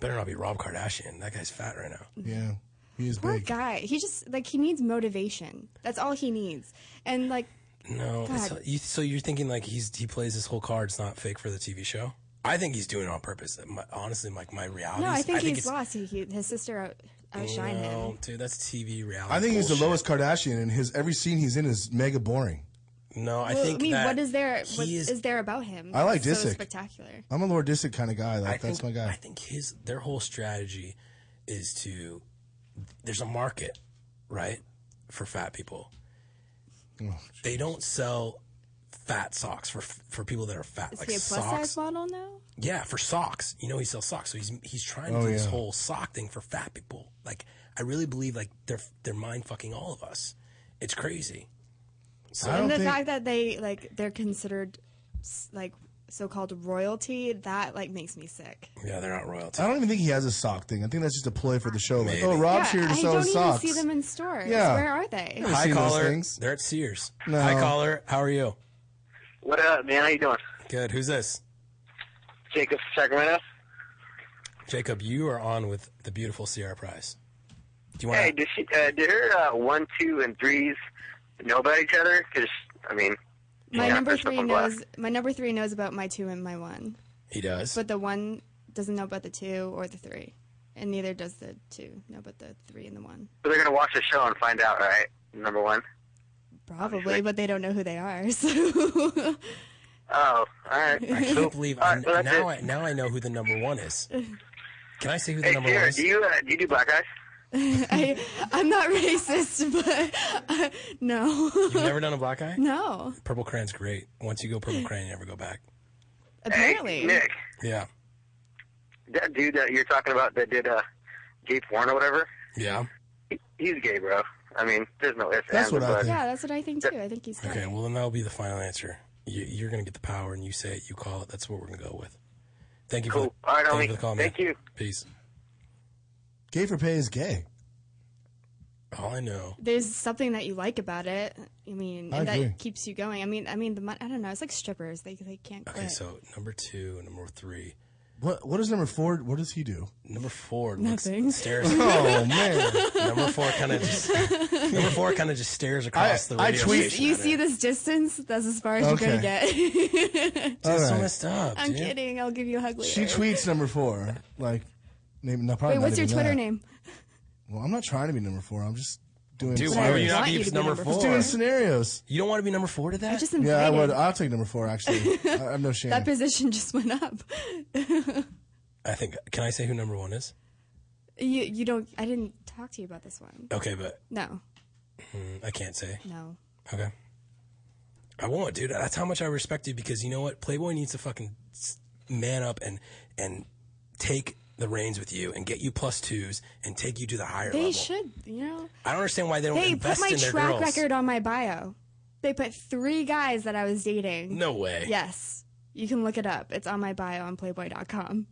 Speaker 9: better not be Rob Kardashian. That guy's fat right now.
Speaker 10: Yeah, he is
Speaker 7: Poor
Speaker 10: big.
Speaker 7: guy. He just like he needs motivation. That's all he needs. And like
Speaker 9: No,
Speaker 7: God.
Speaker 9: so, you, so you're thinking like he's he plays this whole card. It's not fake for the TV show. I think he's doing it on purpose. That My, honestly, like my reality.
Speaker 7: no, I think he's
Speaker 9: it's-
Speaker 7: lost. He, he, his sister out, outshined
Speaker 9: No,
Speaker 7: him.
Speaker 9: dude, that's TV reality.
Speaker 10: I think he's the lowest
Speaker 9: bullshit.
Speaker 10: Kardashian, and his every scene he's in is mega boring.
Speaker 9: No, I
Speaker 7: Well,
Speaker 9: think
Speaker 7: I mean,
Speaker 9: that
Speaker 7: what is there?
Speaker 9: he
Speaker 7: What
Speaker 9: is-
Speaker 7: is, there about him?
Speaker 10: I like
Speaker 7: that's so
Speaker 10: Disick.
Speaker 7: spectacular.
Speaker 10: I'm a Lord Disick kind of guy. Like
Speaker 9: I
Speaker 10: that's my
Speaker 9: think,
Speaker 10: guy.
Speaker 9: I think his their whole strategy is to there's a market, right, for fat people.
Speaker 10: Oh,
Speaker 9: they don't sell fat socks for for people that are fat,
Speaker 7: Is
Speaker 9: like
Speaker 7: he a plus
Speaker 9: socks.
Speaker 7: size model now?
Speaker 9: Yeah, for socks. You know, he sells socks, so he's he's trying to
Speaker 10: Oh,
Speaker 9: do this
Speaker 10: yeah.
Speaker 9: whole sock thing for fat people. Like, I really believe like they're they're mind fucking all of us. It's crazy.
Speaker 10: I
Speaker 7: and
Speaker 10: don't
Speaker 7: the
Speaker 10: think.
Speaker 7: fact that they like they're considered s- like so-called royalty that like makes me sick.
Speaker 9: Yeah, they're not royalty.
Speaker 10: I don't even think he has a sock thing. I think that's just a ploy for the show. Like, oh, Rob's here to
Speaker 7: I
Speaker 10: sell
Speaker 7: don't
Speaker 10: his socks.
Speaker 7: even see them in stores.
Speaker 10: Yeah.
Speaker 7: Where are they?
Speaker 10: I've
Speaker 9: Hi
Speaker 10: seen those
Speaker 9: caller,
Speaker 10: things.
Speaker 9: they're at Sears.
Speaker 10: No.
Speaker 9: Hi caller, how are you?
Speaker 11: What up, man? How you doing?
Speaker 9: Good. Who's this?
Speaker 11: Jacob from Sacramento.
Speaker 9: Jacob, you are on with the beautiful Sierra Prize. Do you want?
Speaker 11: Hey, did she? Uh, did her uh, one, two, and threes know about each other? Because I mean,
Speaker 7: My
Speaker 11: yeah,
Speaker 7: number
Speaker 11: first up
Speaker 7: three
Speaker 11: on glass.
Speaker 7: knows. My number three knows about my two and my one,
Speaker 9: He does.
Speaker 7: but the one doesn't know about the two or the three, and neither does the two know about the three and the one.
Speaker 11: So they're gonna watch the show and find out, right? Number one.
Speaker 7: Probably, but they don't know who they are. So
Speaker 11: Oh, all right.
Speaker 9: I can't believe
Speaker 11: All
Speaker 9: I,
Speaker 11: right, well, that's
Speaker 9: now.
Speaker 11: it.
Speaker 9: I now I know who the number one is. Can I say who the
Speaker 11: Hey,
Speaker 9: number
Speaker 11: Sierra,
Speaker 9: one is?
Speaker 11: do you uh, do you do black eyes?
Speaker 7: I, I'm not racist, but uh, no,
Speaker 9: You've never done a black eye?
Speaker 7: no.
Speaker 9: Purple Cran's great. Once you go Purple Cran, you never go back.
Speaker 7: Apparently,
Speaker 11: Hey, Nick,
Speaker 9: Yeah.
Speaker 11: that dude that you're talking about that did uh, Gabe Warren or whatever,
Speaker 9: Yeah.
Speaker 11: he- he's gay, bro. I mean, there's no ifs
Speaker 10: That's
Speaker 11: ands,
Speaker 10: what I
Speaker 11: but
Speaker 10: think.
Speaker 7: yeah, that's what I think too. I think he's gay.
Speaker 9: Okay, well, then that'll be the final answer. You, you're going to get the power, and you say it, you call it. That's what we're going to go with. Thank you, for,
Speaker 11: Cool.
Speaker 9: the,
Speaker 11: All right,
Speaker 9: thank
Speaker 11: homie.
Speaker 9: you for the call,
Speaker 11: Thank
Speaker 9: man.
Speaker 11: you.
Speaker 9: Peace.
Speaker 10: Gay for pay is gay.
Speaker 9: All I know.
Speaker 7: there's something that you like about it. I mean,
Speaker 10: I
Speaker 7: and
Speaker 10: agree.
Speaker 7: that keeps you going. I mean, I mean, the mon- I don't know. It's like strippers; they they can't quit.
Speaker 9: Okay, so number two and number three.
Speaker 10: What What is number four? What does he do?
Speaker 9: Number four looks
Speaker 7: Nothing.
Speaker 9: stares.
Speaker 10: Oh man,
Speaker 9: number four kind of just number four kind of just stares across
Speaker 10: I-
Speaker 9: the
Speaker 10: I
Speaker 9: radio
Speaker 10: tweet-
Speaker 9: station
Speaker 7: you
Speaker 9: at
Speaker 7: see
Speaker 9: it.
Speaker 7: this distance? That's as far as you're gonna get.
Speaker 10: all
Speaker 9: It's so
Speaker 10: right.
Speaker 9: messed up.
Speaker 7: I'm
Speaker 9: dude.
Speaker 7: kidding. I'll give you a hug later.
Speaker 10: She tweets number four. Like, name, no, probably
Speaker 7: Wait,
Speaker 10: not
Speaker 7: what's your
Speaker 10: even
Speaker 7: Twitter
Speaker 10: that.
Speaker 7: name?
Speaker 10: Well, I'm not trying to be number four. I'm just doing.
Speaker 9: Dude, why
Speaker 7: I
Speaker 9: would you not
Speaker 7: want
Speaker 9: be,
Speaker 7: you to be
Speaker 9: number,
Speaker 7: number
Speaker 9: four?
Speaker 7: four.
Speaker 10: doing scenarios.
Speaker 9: You don't want to be number four to that?
Speaker 7: I just
Speaker 10: Yeah,
Speaker 7: invited.
Speaker 10: I would. uh, I'll take number four. Actually, I, I have no shame.
Speaker 7: that position just went up.
Speaker 9: I think. Can I say who number one is?
Speaker 7: You you don't. I didn't talk to you about this one.
Speaker 9: Okay, but
Speaker 7: No,
Speaker 9: mm, I can't say.
Speaker 7: no.
Speaker 9: Okay. I won't, dude. That's how much I respect you because you know what? Playboy needs to fucking s- man up and and take the reins with you and get you plus twos and take you to the higher
Speaker 7: They
Speaker 9: level.
Speaker 7: should. You know,
Speaker 9: I don't understand why they don't
Speaker 7: they put
Speaker 9: invest
Speaker 7: my
Speaker 9: in their
Speaker 7: track
Speaker 9: girls.
Speaker 7: record on my bio. They put three guys that I was dating.
Speaker 9: No way.
Speaker 7: Yes. You can look it up. It's on my bio on playboy.com.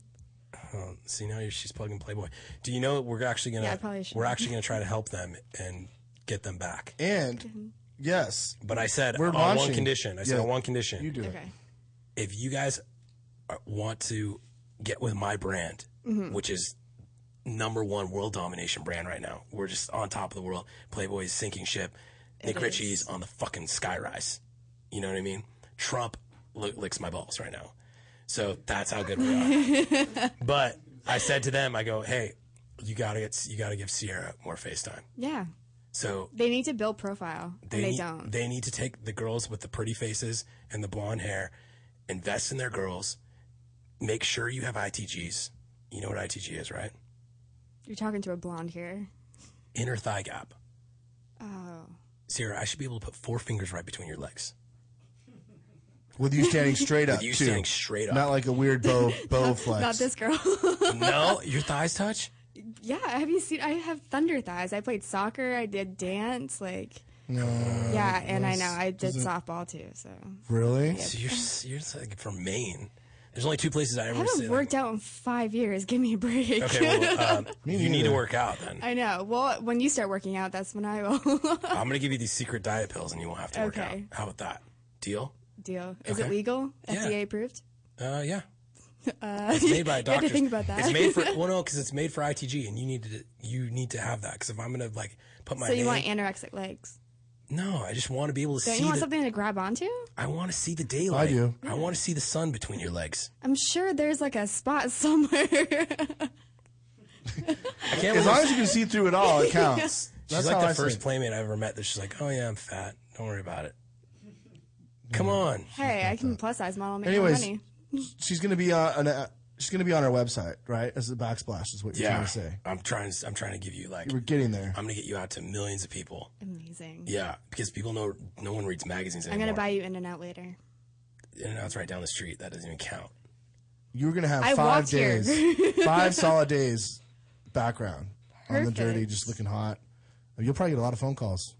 Speaker 9: See now you're, she's plugging Playboy. Do you know we're actually gonna
Speaker 7: Yeah, I probably should.
Speaker 9: we're actually gonna try to help them and get them back.
Speaker 7: Mm-hmm.
Speaker 10: and yes,
Speaker 9: But I said
Speaker 10: We're
Speaker 9: on one
Speaker 10: launching.
Speaker 9: condition. I said
Speaker 10: Yeah.
Speaker 9: on one condition.
Speaker 10: you do it.
Speaker 7: Okay.
Speaker 9: if you guys are- want to get with my brand, which is number one world domination brand right now, we're just on top of the world. Playboy is sinking ship. Nick Ritchie's on the fucking skyrise. You know what I mean? Trump li- licks my balls right now. So that's how good we are. but I said to them, I go, hey, you gotta get, you gotta give Sierra more FaceTime.
Speaker 7: Yeah.
Speaker 9: So
Speaker 7: They need to build profile, and they
Speaker 9: need-
Speaker 7: don't.
Speaker 9: They need to take the girls with the pretty faces and the blonde hair, invest in their girls, make sure you have ITGs. You know what ITG is, right?
Speaker 7: You're talking to a blonde here.
Speaker 9: Inner thigh gap.
Speaker 7: Oh.
Speaker 9: Sierra, I should be able to put four fingers right between your legs.
Speaker 10: With you standing straight
Speaker 9: With
Speaker 10: up.
Speaker 9: you
Speaker 10: too.
Speaker 9: standing straight up.
Speaker 10: Not like a weird bow bow flex.
Speaker 7: Not this girl.
Speaker 9: no, your thighs touch.
Speaker 7: yeah, have you seen? I have thunder thighs. I played soccer. I did dance. Like,
Speaker 10: No.
Speaker 9: Oh,
Speaker 7: yeah, and I
Speaker 10: this
Speaker 7: know I did
Speaker 9: Mm-hmm.
Speaker 10: doesn't-
Speaker 7: softball too. So
Speaker 10: Really?
Speaker 9: So you're s- you're s- like from Maine. There's only two places I
Speaker 7: I
Speaker 9: ever
Speaker 7: haven't
Speaker 9: sit.
Speaker 7: worked out in five years. Give me a break.
Speaker 9: Okay, well, um, you need to
Speaker 10: neither.
Speaker 9: work out then.
Speaker 7: I know. Well, when you start working out, that's when I will.
Speaker 9: I'm gonna give you these secret diet pills, and you won't have to work out.
Speaker 7: Okay.
Speaker 9: How about that deal?
Speaker 7: Deal. Is it
Speaker 9: Okay.
Speaker 7: legal?
Speaker 9: Yeah.
Speaker 7: FDA approved?
Speaker 9: Uh, yeah. it's made by
Speaker 7: Uh, you had
Speaker 9: doctors.
Speaker 7: to think about that.
Speaker 9: It's made for well, no, because it's made for ITG, and you need to you need to have that. Because if I'm gonna like put my
Speaker 7: so you
Speaker 9: name-
Speaker 7: want anorexic legs?
Speaker 9: no, I just want to be able to
Speaker 7: Don't
Speaker 9: see.
Speaker 7: you want
Speaker 9: the,
Speaker 7: something to grab onto?
Speaker 9: I want to see the daylight.
Speaker 10: I do.
Speaker 9: I want to see the sun between your legs.
Speaker 7: I'm sure there's like a spot somewhere.
Speaker 9: I can't.
Speaker 10: As
Speaker 9: believe
Speaker 10: long as you can see through it all, it counts.
Speaker 9: she's
Speaker 10: That's
Speaker 9: like
Speaker 10: how
Speaker 9: the
Speaker 10: I see
Speaker 9: first
Speaker 10: it.
Speaker 9: playmate I ever met. That she's like, oh yeah, I'm fat. Don't worry about it. Come on.
Speaker 7: hey, I can plus size model and make
Speaker 10: Anyways,
Speaker 7: more money.
Speaker 10: She's gonna be on. An, uh, she's gonna be on our website, right? As a backsplash is what you're trying
Speaker 9: Yeah.
Speaker 10: to say.
Speaker 9: I'm trying. I'm trying to give you like.
Speaker 10: We're getting there.
Speaker 9: I'm gonna get you out to millions of people.
Speaker 7: Amazing.
Speaker 9: Yeah, because people know no one reads magazines
Speaker 7: I'm
Speaker 9: anymore.
Speaker 7: gonna buy you In and Out later.
Speaker 9: In and out's right down the street. That doesn't even count.
Speaker 10: You're gonna have
Speaker 7: I
Speaker 10: five
Speaker 7: walked
Speaker 10: days,
Speaker 7: here.
Speaker 10: five solid days, background on the
Speaker 7: Perfect.
Speaker 10: dirty, just looking hot. You'll probably get a lot of phone calls.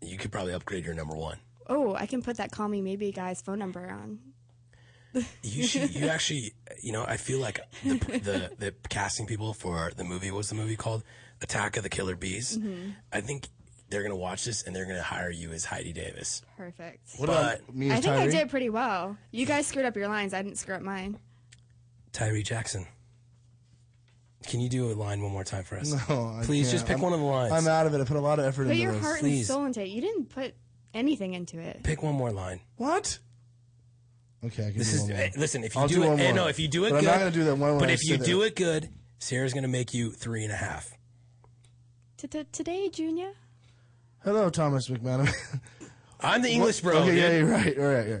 Speaker 9: You could probably upgrade your number one.
Speaker 7: Oh, I can put that call me maybe guy's phone number on.
Speaker 9: You should. You actually. You know, I feel like the, the the casting people for the movie what was the movie called Attack of the Killer Bees. I think they're gonna watch this and they're gonna hire you as Heidi Davis.
Speaker 7: Perfect.
Speaker 10: What
Speaker 9: But-
Speaker 10: about me
Speaker 7: I
Speaker 10: and
Speaker 7: think I
Speaker 10: Tyree?
Speaker 7: did pretty well. You guys screwed up your lines. I didn't screw up mine.
Speaker 9: Tyree Jackson. Can you do a line one more time for us?
Speaker 10: No, I
Speaker 9: Please
Speaker 10: can't.
Speaker 9: just pick
Speaker 10: I'm-
Speaker 9: one of the lines.
Speaker 10: I'm out of it. I put a lot of effort
Speaker 7: Put
Speaker 10: into
Speaker 7: your
Speaker 10: this.
Speaker 7: heart
Speaker 9: please.
Speaker 7: and soul into it. You didn't put anything into it.
Speaker 9: Pick one more line.
Speaker 10: What? Okay, I can
Speaker 9: This
Speaker 10: do
Speaker 9: is
Speaker 10: one more.
Speaker 9: eh, listen. If you
Speaker 10: I'll
Speaker 9: do,
Speaker 10: do
Speaker 9: it,
Speaker 10: one
Speaker 9: eh,
Speaker 10: more.
Speaker 9: no, if you do it,
Speaker 10: But I'm
Speaker 9: good,
Speaker 10: not gonna do that one when
Speaker 9: But
Speaker 10: I
Speaker 9: if you
Speaker 10: sit
Speaker 9: do
Speaker 10: there.
Speaker 9: it good, Sarah's gonna make you three and a half.
Speaker 7: T- t- Today, Junior.
Speaker 10: Hello, Thomas McManaman.
Speaker 9: I'm the English bro.
Speaker 10: okay,
Speaker 9: dude.
Speaker 10: yeah, you're right. All right, yeah.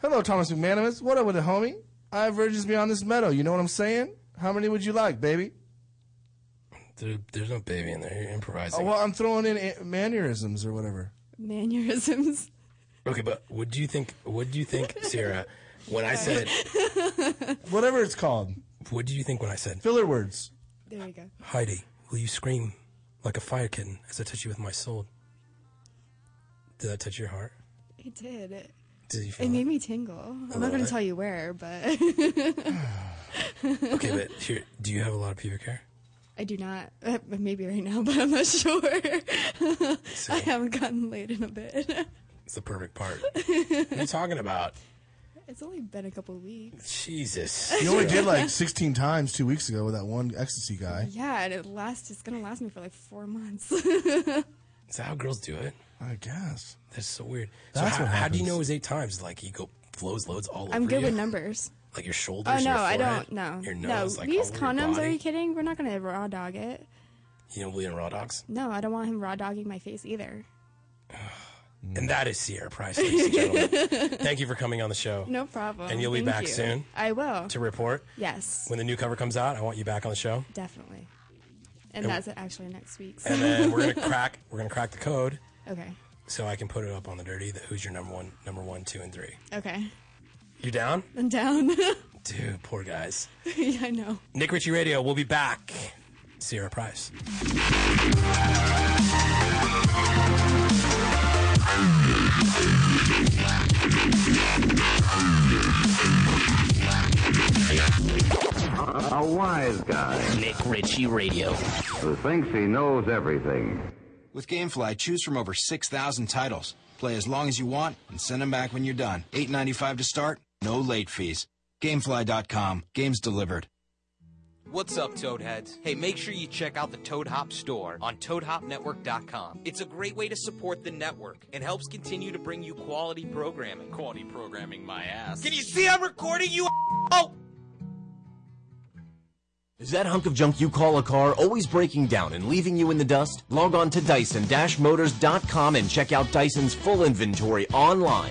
Speaker 10: Hello, Thomas McManaman. What up with it, homie? I have virgins beyond this meadow. You know what I'm saying? How many would you like, baby?
Speaker 9: There- there's no baby in there. You're
Speaker 10: Oh,
Speaker 9: improvising.
Speaker 10: well, I'm throwing in a- mannerisms or whatever.
Speaker 7: Mannerisms.
Speaker 9: okay, but what do you think? What do you think, Sarah? When I said,
Speaker 10: Whatever it's called.
Speaker 9: what do you think when I said,
Speaker 10: Filler words.
Speaker 7: There you go.
Speaker 9: Heidi, will you scream like a fire kitten as I touch you with my soul? Did that touch your heart?
Speaker 7: It did. It
Speaker 9: Did you feel
Speaker 7: made me tingle. I'm not
Speaker 9: little
Speaker 7: going
Speaker 9: bit.
Speaker 7: to tell you where, but
Speaker 9: that? Okay, but here, do you have a lot of pubic hair?
Speaker 7: I do not. Uh, Maybe right now, but I'm not sure. I haven't gotten laid in a bit.
Speaker 9: It's the perfect part. what are you talking about?
Speaker 7: It's only been a couple weeks.
Speaker 9: Jesus.
Speaker 10: You only did like 16 times two weeks ago with that one ecstasy guy.
Speaker 7: Yeah, and it lasts. It's going to last me for like four months.
Speaker 9: Is that how girls do it?
Speaker 10: I guess.
Speaker 9: That's so weird. So
Speaker 10: That's
Speaker 9: how,
Speaker 10: what
Speaker 9: how do you
Speaker 10: happens.
Speaker 9: know it was eight times? Like you go blows loads all over
Speaker 7: I'm good
Speaker 9: you?
Speaker 7: with numbers.
Speaker 9: Like your shoulders.
Speaker 7: Oh no,
Speaker 9: your
Speaker 7: I
Speaker 9: forehead,
Speaker 7: don't. No,
Speaker 9: Your
Speaker 7: no.
Speaker 9: nose. like,
Speaker 7: we use
Speaker 9: all over your
Speaker 7: condoms. Are
Speaker 9: body?
Speaker 7: you kidding? We're not going to raw dog it.
Speaker 9: You know, William Raw Dogs.
Speaker 7: No, I don't want him raw dogging my face either.
Speaker 9: And that is Sierra Price, ladies and gentlemen. Thank you for coming on the show.
Speaker 7: No problem.
Speaker 9: And you'll be
Speaker 7: Thank
Speaker 9: back
Speaker 7: you.
Speaker 9: soon?
Speaker 7: I will.
Speaker 9: To report,
Speaker 7: Yes,
Speaker 9: when the new cover comes out, I want you back on the show.
Speaker 7: definitely. And that's actually next week. so-
Speaker 9: And then we're gonna crack. We're gonna crack the code,
Speaker 7: Okay.
Speaker 9: so I can put it up on the dirty. That who's your number one, number one, two, and three.
Speaker 7: Okay.
Speaker 9: You down,
Speaker 7: I'm down.
Speaker 9: dude? Poor guys.
Speaker 7: yeah, I know.
Speaker 9: Nick Ritchie Radio. We'll be back. Sierra Price.
Speaker 3: A wise guy
Speaker 1: Nick Ritchie Radio.
Speaker 3: who thinks he knows everything.
Speaker 1: With GameFly, choose from over 6,000 titles. Play as long as you want and send them back when you're done. 8.95 to start, no late fees. Gamefly.com. Games delivered.
Speaker 12: What's up, Toadheads? Hey, make sure you check out the Toad Hop store on ToadHopNetwork.com. It's a great way to support the network and helps continue to bring you quality programming.
Speaker 1: Quality programming my ass.
Speaker 12: Can you see I'm recording you? Oh!
Speaker 13: Is that hunk of junk you call a car always breaking down and leaving you in the dust? Log on to Dyson-Motors.com and check out Dyson's full inventory online.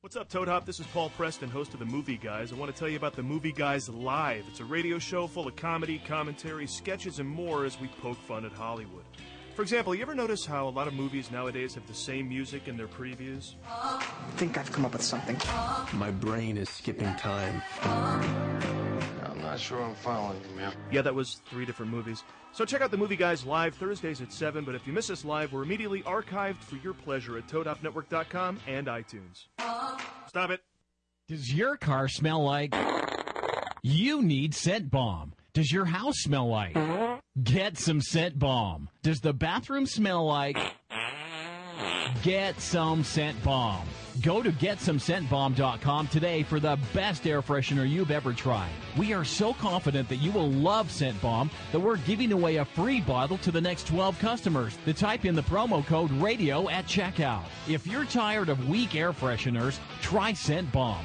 Speaker 14: What's up, Toad Hop? This is Paul Preston, host of The Movie Guys. I want to tell you about The Movie Guys Live. It's a radio show full of comedy, commentary, sketches, and more as we poke fun at Hollywood. For example, you ever notice how a lot of movies nowadays have the same music in their previews?
Speaker 15: I think I've come up with something.
Speaker 16: My brain is skipping time.
Speaker 17: I'm not sure I'm following you, man.
Speaker 14: Yeah, that was three different movies. So check out The Movie Guys Live Thursdays at 7, but if you miss us live, we're immediately archived for your pleasure at ToadHopNetwork.com and iTunes. Stop it.
Speaker 18: Does your car smell like? You need scent bomb. Does your house smell like? Get some scent bomb. Does the bathroom smell like? Get some scent bomb. Go to getsomescentbomb.com today for the best air freshener you've ever tried. We are so confident that you will love Scent Bomb that we're giving away a free bottle to the next 12 customers that type in the promo code radio at checkout. If you're tired of weak air fresheners, try Scent Bomb.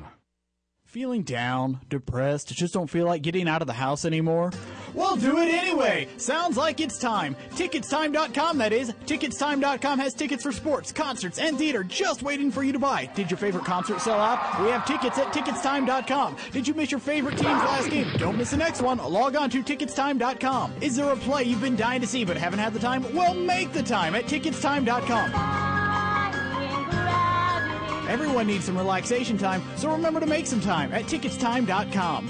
Speaker 19: Feeling down, depressed, just don't feel like getting out of the house anymore?
Speaker 20: We'll do it anyway! Sounds like it's time. Ticketstime.com, that is. Ticketstime.com has tickets for sports, concerts, and theater just waiting for you to buy. Did your favorite concert sell out? We have tickets at Ticketstime.com. Did you miss your favorite team's last game? Don't miss the next one. Log on to Ticketstime.com. Is there a play you've been dying to see but haven't had the time? Well, make the time at Ticketstime.com. Everyone needs some relaxation time, so remember to make some time at ticketstime.com.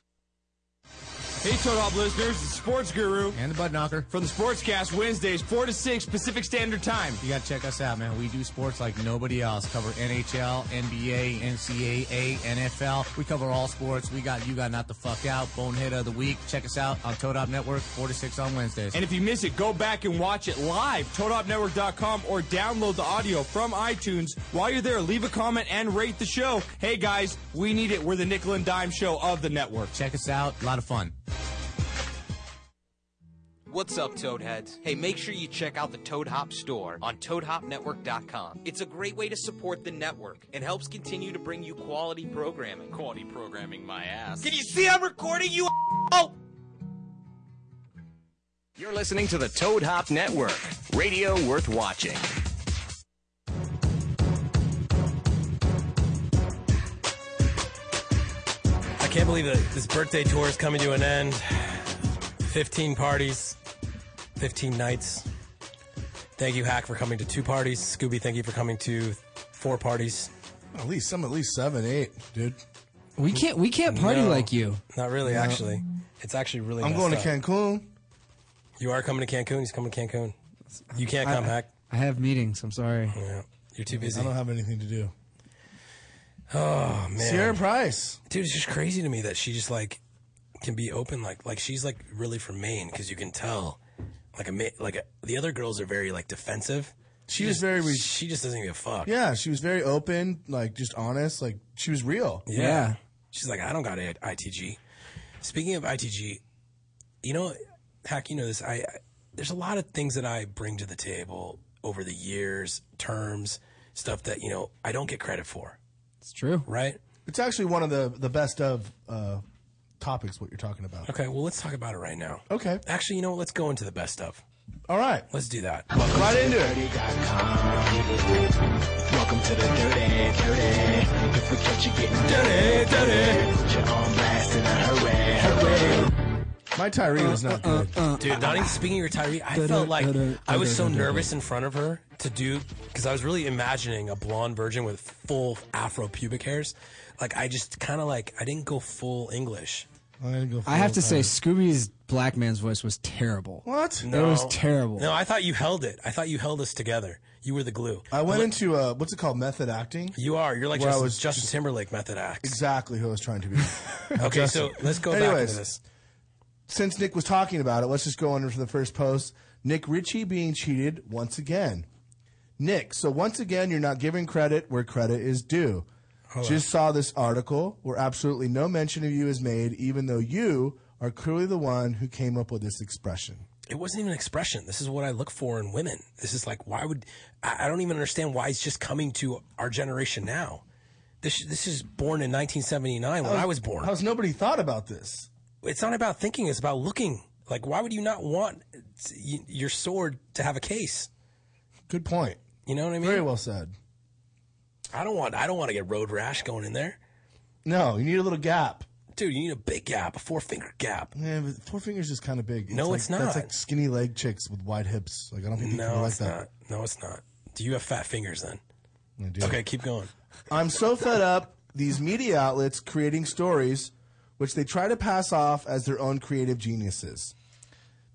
Speaker 21: Hey, Toad Hop listeners, it's Sports Guru.
Speaker 22: And the Bud Knocker.
Speaker 21: From the Sportscast Wednesdays, 4 to 6 Pacific Standard Time.
Speaker 22: You gotta check us out, man. We do sports like nobody else. Cover NHL, NBA, NCAA, NFL. We cover all sports. We got You Got Not the Fuck Out, Bonehead of the Week. Check us out on Toad Hop Network, 4 to 6 on Wednesdays.
Speaker 21: And if you miss it, go back and watch it live, toadhopnetwork.com, or download the audio from iTunes. While you're there, leave a comment and rate the show. Hey, guys, we need it. We're the nickel and dime show of the network.
Speaker 22: Check us out. A lot of fun.
Speaker 12: What's up, Toadheads? Hey, make sure you check out the Toad Hop store on ToadHopNetwork.com. It's a great way to support the network and helps continue to bring you quality programming. Quality programming, my ass. Can you see I'm recording you? Oh!
Speaker 13: You're listening to the Toad Hop Network, radio worth watching.
Speaker 9: I can't believe that this birthday tour is coming to an end. 15 parties, 15 nights. Thank you, Hack, for coming to two parties. Scooby, thank you for coming to four parties.
Speaker 10: At least some, at least seven, eight, dude.
Speaker 23: We can't we can't party
Speaker 9: No.
Speaker 23: like you.
Speaker 9: Not really,
Speaker 23: No.
Speaker 9: actually. It's actually really.
Speaker 23: I'm
Speaker 9: messed
Speaker 23: going to
Speaker 9: up.
Speaker 10: Cancun.
Speaker 9: You are coming to Cancun. He's coming to Cancun. You can't
Speaker 23: I-
Speaker 9: come, Hack.
Speaker 23: I have meetings. I'm sorry.
Speaker 9: Yeah. You're too busy.
Speaker 10: I don't have anything to do.
Speaker 9: Oh man,
Speaker 10: Sierra Price,
Speaker 9: dude, it's just crazy to me that she just like can be open like like she's like really from Maine because you can tell like a Ma- like a, the other girls are very like defensive.
Speaker 10: She was very re-
Speaker 9: she just doesn't give a fuck.
Speaker 10: Yeah, she was very open, like just honest, like she was real.
Speaker 9: Yeah. She's like, I don't got it. ITG. Speaking of ITG, you know, Hack, you know this. I, I there's a lot of things that I bring to the table over the years, terms, stuff that you know I don't get credit for.
Speaker 23: It's true.
Speaker 9: Right?
Speaker 10: It's actually one of the the best of uh, topics what you're talking about.
Speaker 9: Okay, well, let's talk about it right now.
Speaker 10: Okay.
Speaker 9: Actually, you know what? Let's go into the best stuff.
Speaker 10: All right.
Speaker 9: Let's do that.
Speaker 10: Right into it.
Speaker 2: Welcome to the dirty, dirty. If we catch you getting dirty, dirty, put you on blast in a hurry, hurry.
Speaker 10: My Tyree was
Speaker 9: Uh,
Speaker 10: not good.
Speaker 9: Dude, not even speaking of your Tyree, I felt like I was so nervous in front of her to do because I was really imagining a blonde virgin with full afro pubic hairs. Like I just kind of like I didn't go full English.
Speaker 23: I have to say, Scooby's black man's voice was terrible.
Speaker 10: What?
Speaker 23: It was terrible.
Speaker 9: No, I thought you held it. I thought you held us together. You were the glue.
Speaker 10: I went into uh, what's it called, method acting.
Speaker 9: You are. You're like
Speaker 10: Where I
Speaker 9: Justin,
Speaker 10: was
Speaker 9: Justin Timberlake method act.
Speaker 10: Exactly who I was trying to be.
Speaker 9: Okay, so let's go back
Speaker 10: Anyways,
Speaker 9: into this.
Speaker 10: Since Nick was talking about it, let's just go under to the first post. Nick Ritchie being cheated once again. Nick, so once again, you're not giving credit where credit is due.
Speaker 4: Hold
Speaker 10: just saw this article where absolutely no mention of you is made, even though you are clearly the one who came up with this expression.
Speaker 9: It wasn't even an expression. This is what I look for in women. This is like why would I I don't even understand why it's just coming to our generation now. This this is born in 1979 when I was born.
Speaker 10: How's nobody thought about this?
Speaker 9: it's not about thinking it's about looking like why would you not want s- y- your sword to have a case
Speaker 10: good point
Speaker 9: you know what i mean
Speaker 10: very well said
Speaker 9: i don't want i don't want to get road rash going in there
Speaker 10: No, you need a little gap.
Speaker 9: dude you need a big gap a four finger gap
Speaker 10: Yeah, but four fingers is kind of big.
Speaker 9: No,
Speaker 10: like,
Speaker 9: it's not.
Speaker 10: That's like skinny leg chicks with wide hips. Like I don't think people
Speaker 9: no
Speaker 10: like
Speaker 9: it's
Speaker 10: that.
Speaker 9: not no it's not do you have fat fingers then
Speaker 10: I do.
Speaker 9: okay keep going
Speaker 10: I'm so fed up these media outlets creating stories which they try to pass off as their own creative geniuses.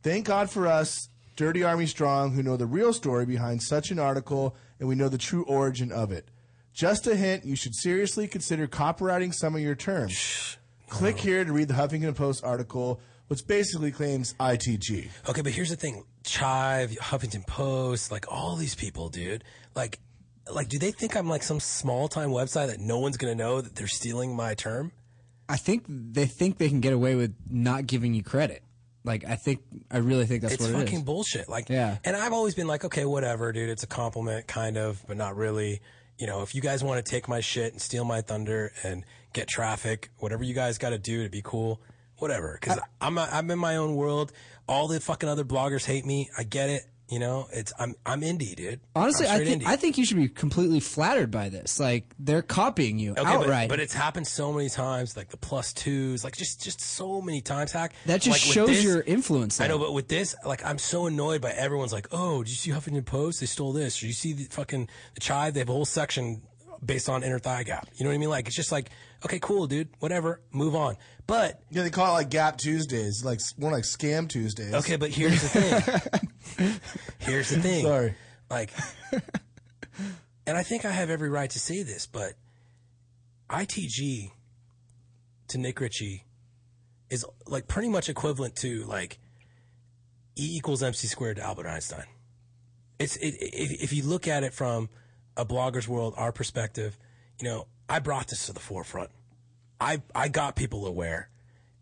Speaker 10: Thank God for us, Dirty Army Strong, who know the real story behind such an article and we know the true origin of it. Just a hint, you should seriously consider copywriting some of your terms. Click here to read the Huffington Post article, which basically claims ITG.
Speaker 9: Okay, but here's the thing: Chive, Huffington Post, like all these people, dude. Like, like, do they think I'm like some small time website that no one's gonna know that they're stealing my term?
Speaker 23: I think they think they can get away with not giving you credit. Like I think I really think that's
Speaker 9: it's
Speaker 23: what it is.
Speaker 9: fucking bullshit. Like,
Speaker 23: Yeah.
Speaker 9: And I've always been like, okay, whatever, dude. It's a compliment, kind of, but not really. You know, if you guys want to take my shit and steal my thunder and get traffic, whatever you guys got to do to be cool, whatever. Because I'm i I'm in my own world. All the fucking other bloggers hate me. I get it. You know, it's I'm I'm indie, dude. I'm
Speaker 23: Honestly, I
Speaker 9: straight
Speaker 23: think
Speaker 9: indie.
Speaker 23: I think you should be completely flattered by this. Like they're copying you
Speaker 9: Okay,
Speaker 23: outright.
Speaker 9: But, but it's happened so many times, like the plus twos, like just just so many times. Hack
Speaker 23: that just
Speaker 9: Like, with
Speaker 23: shows
Speaker 9: this-
Speaker 23: your influence.
Speaker 9: I know,
Speaker 23: though.
Speaker 9: but with this, like, I'm so annoyed by everyone's like, "Oh, did you see Huffington Post? They stole this." Or you see the fucking the chive? They have a whole section based on inner thigh gap. You know what I mean? Like, it's just like, okay, cool, dude, whatever, move on. But
Speaker 10: Yeah, they call it like Gap Tuesdays, like more like Scam Tuesdays.
Speaker 9: Okay, but here's the thing. here's the thing.
Speaker 10: Sorry.
Speaker 9: Like, and I think I have every right to say this, but ITG to Nick Ritchie is like pretty much equivalent to like E equals MC squared to Albert Einstein. It's it, if, if you look at it from a blogger's world, our perspective, you know, I brought this to the forefront. I I got people aware,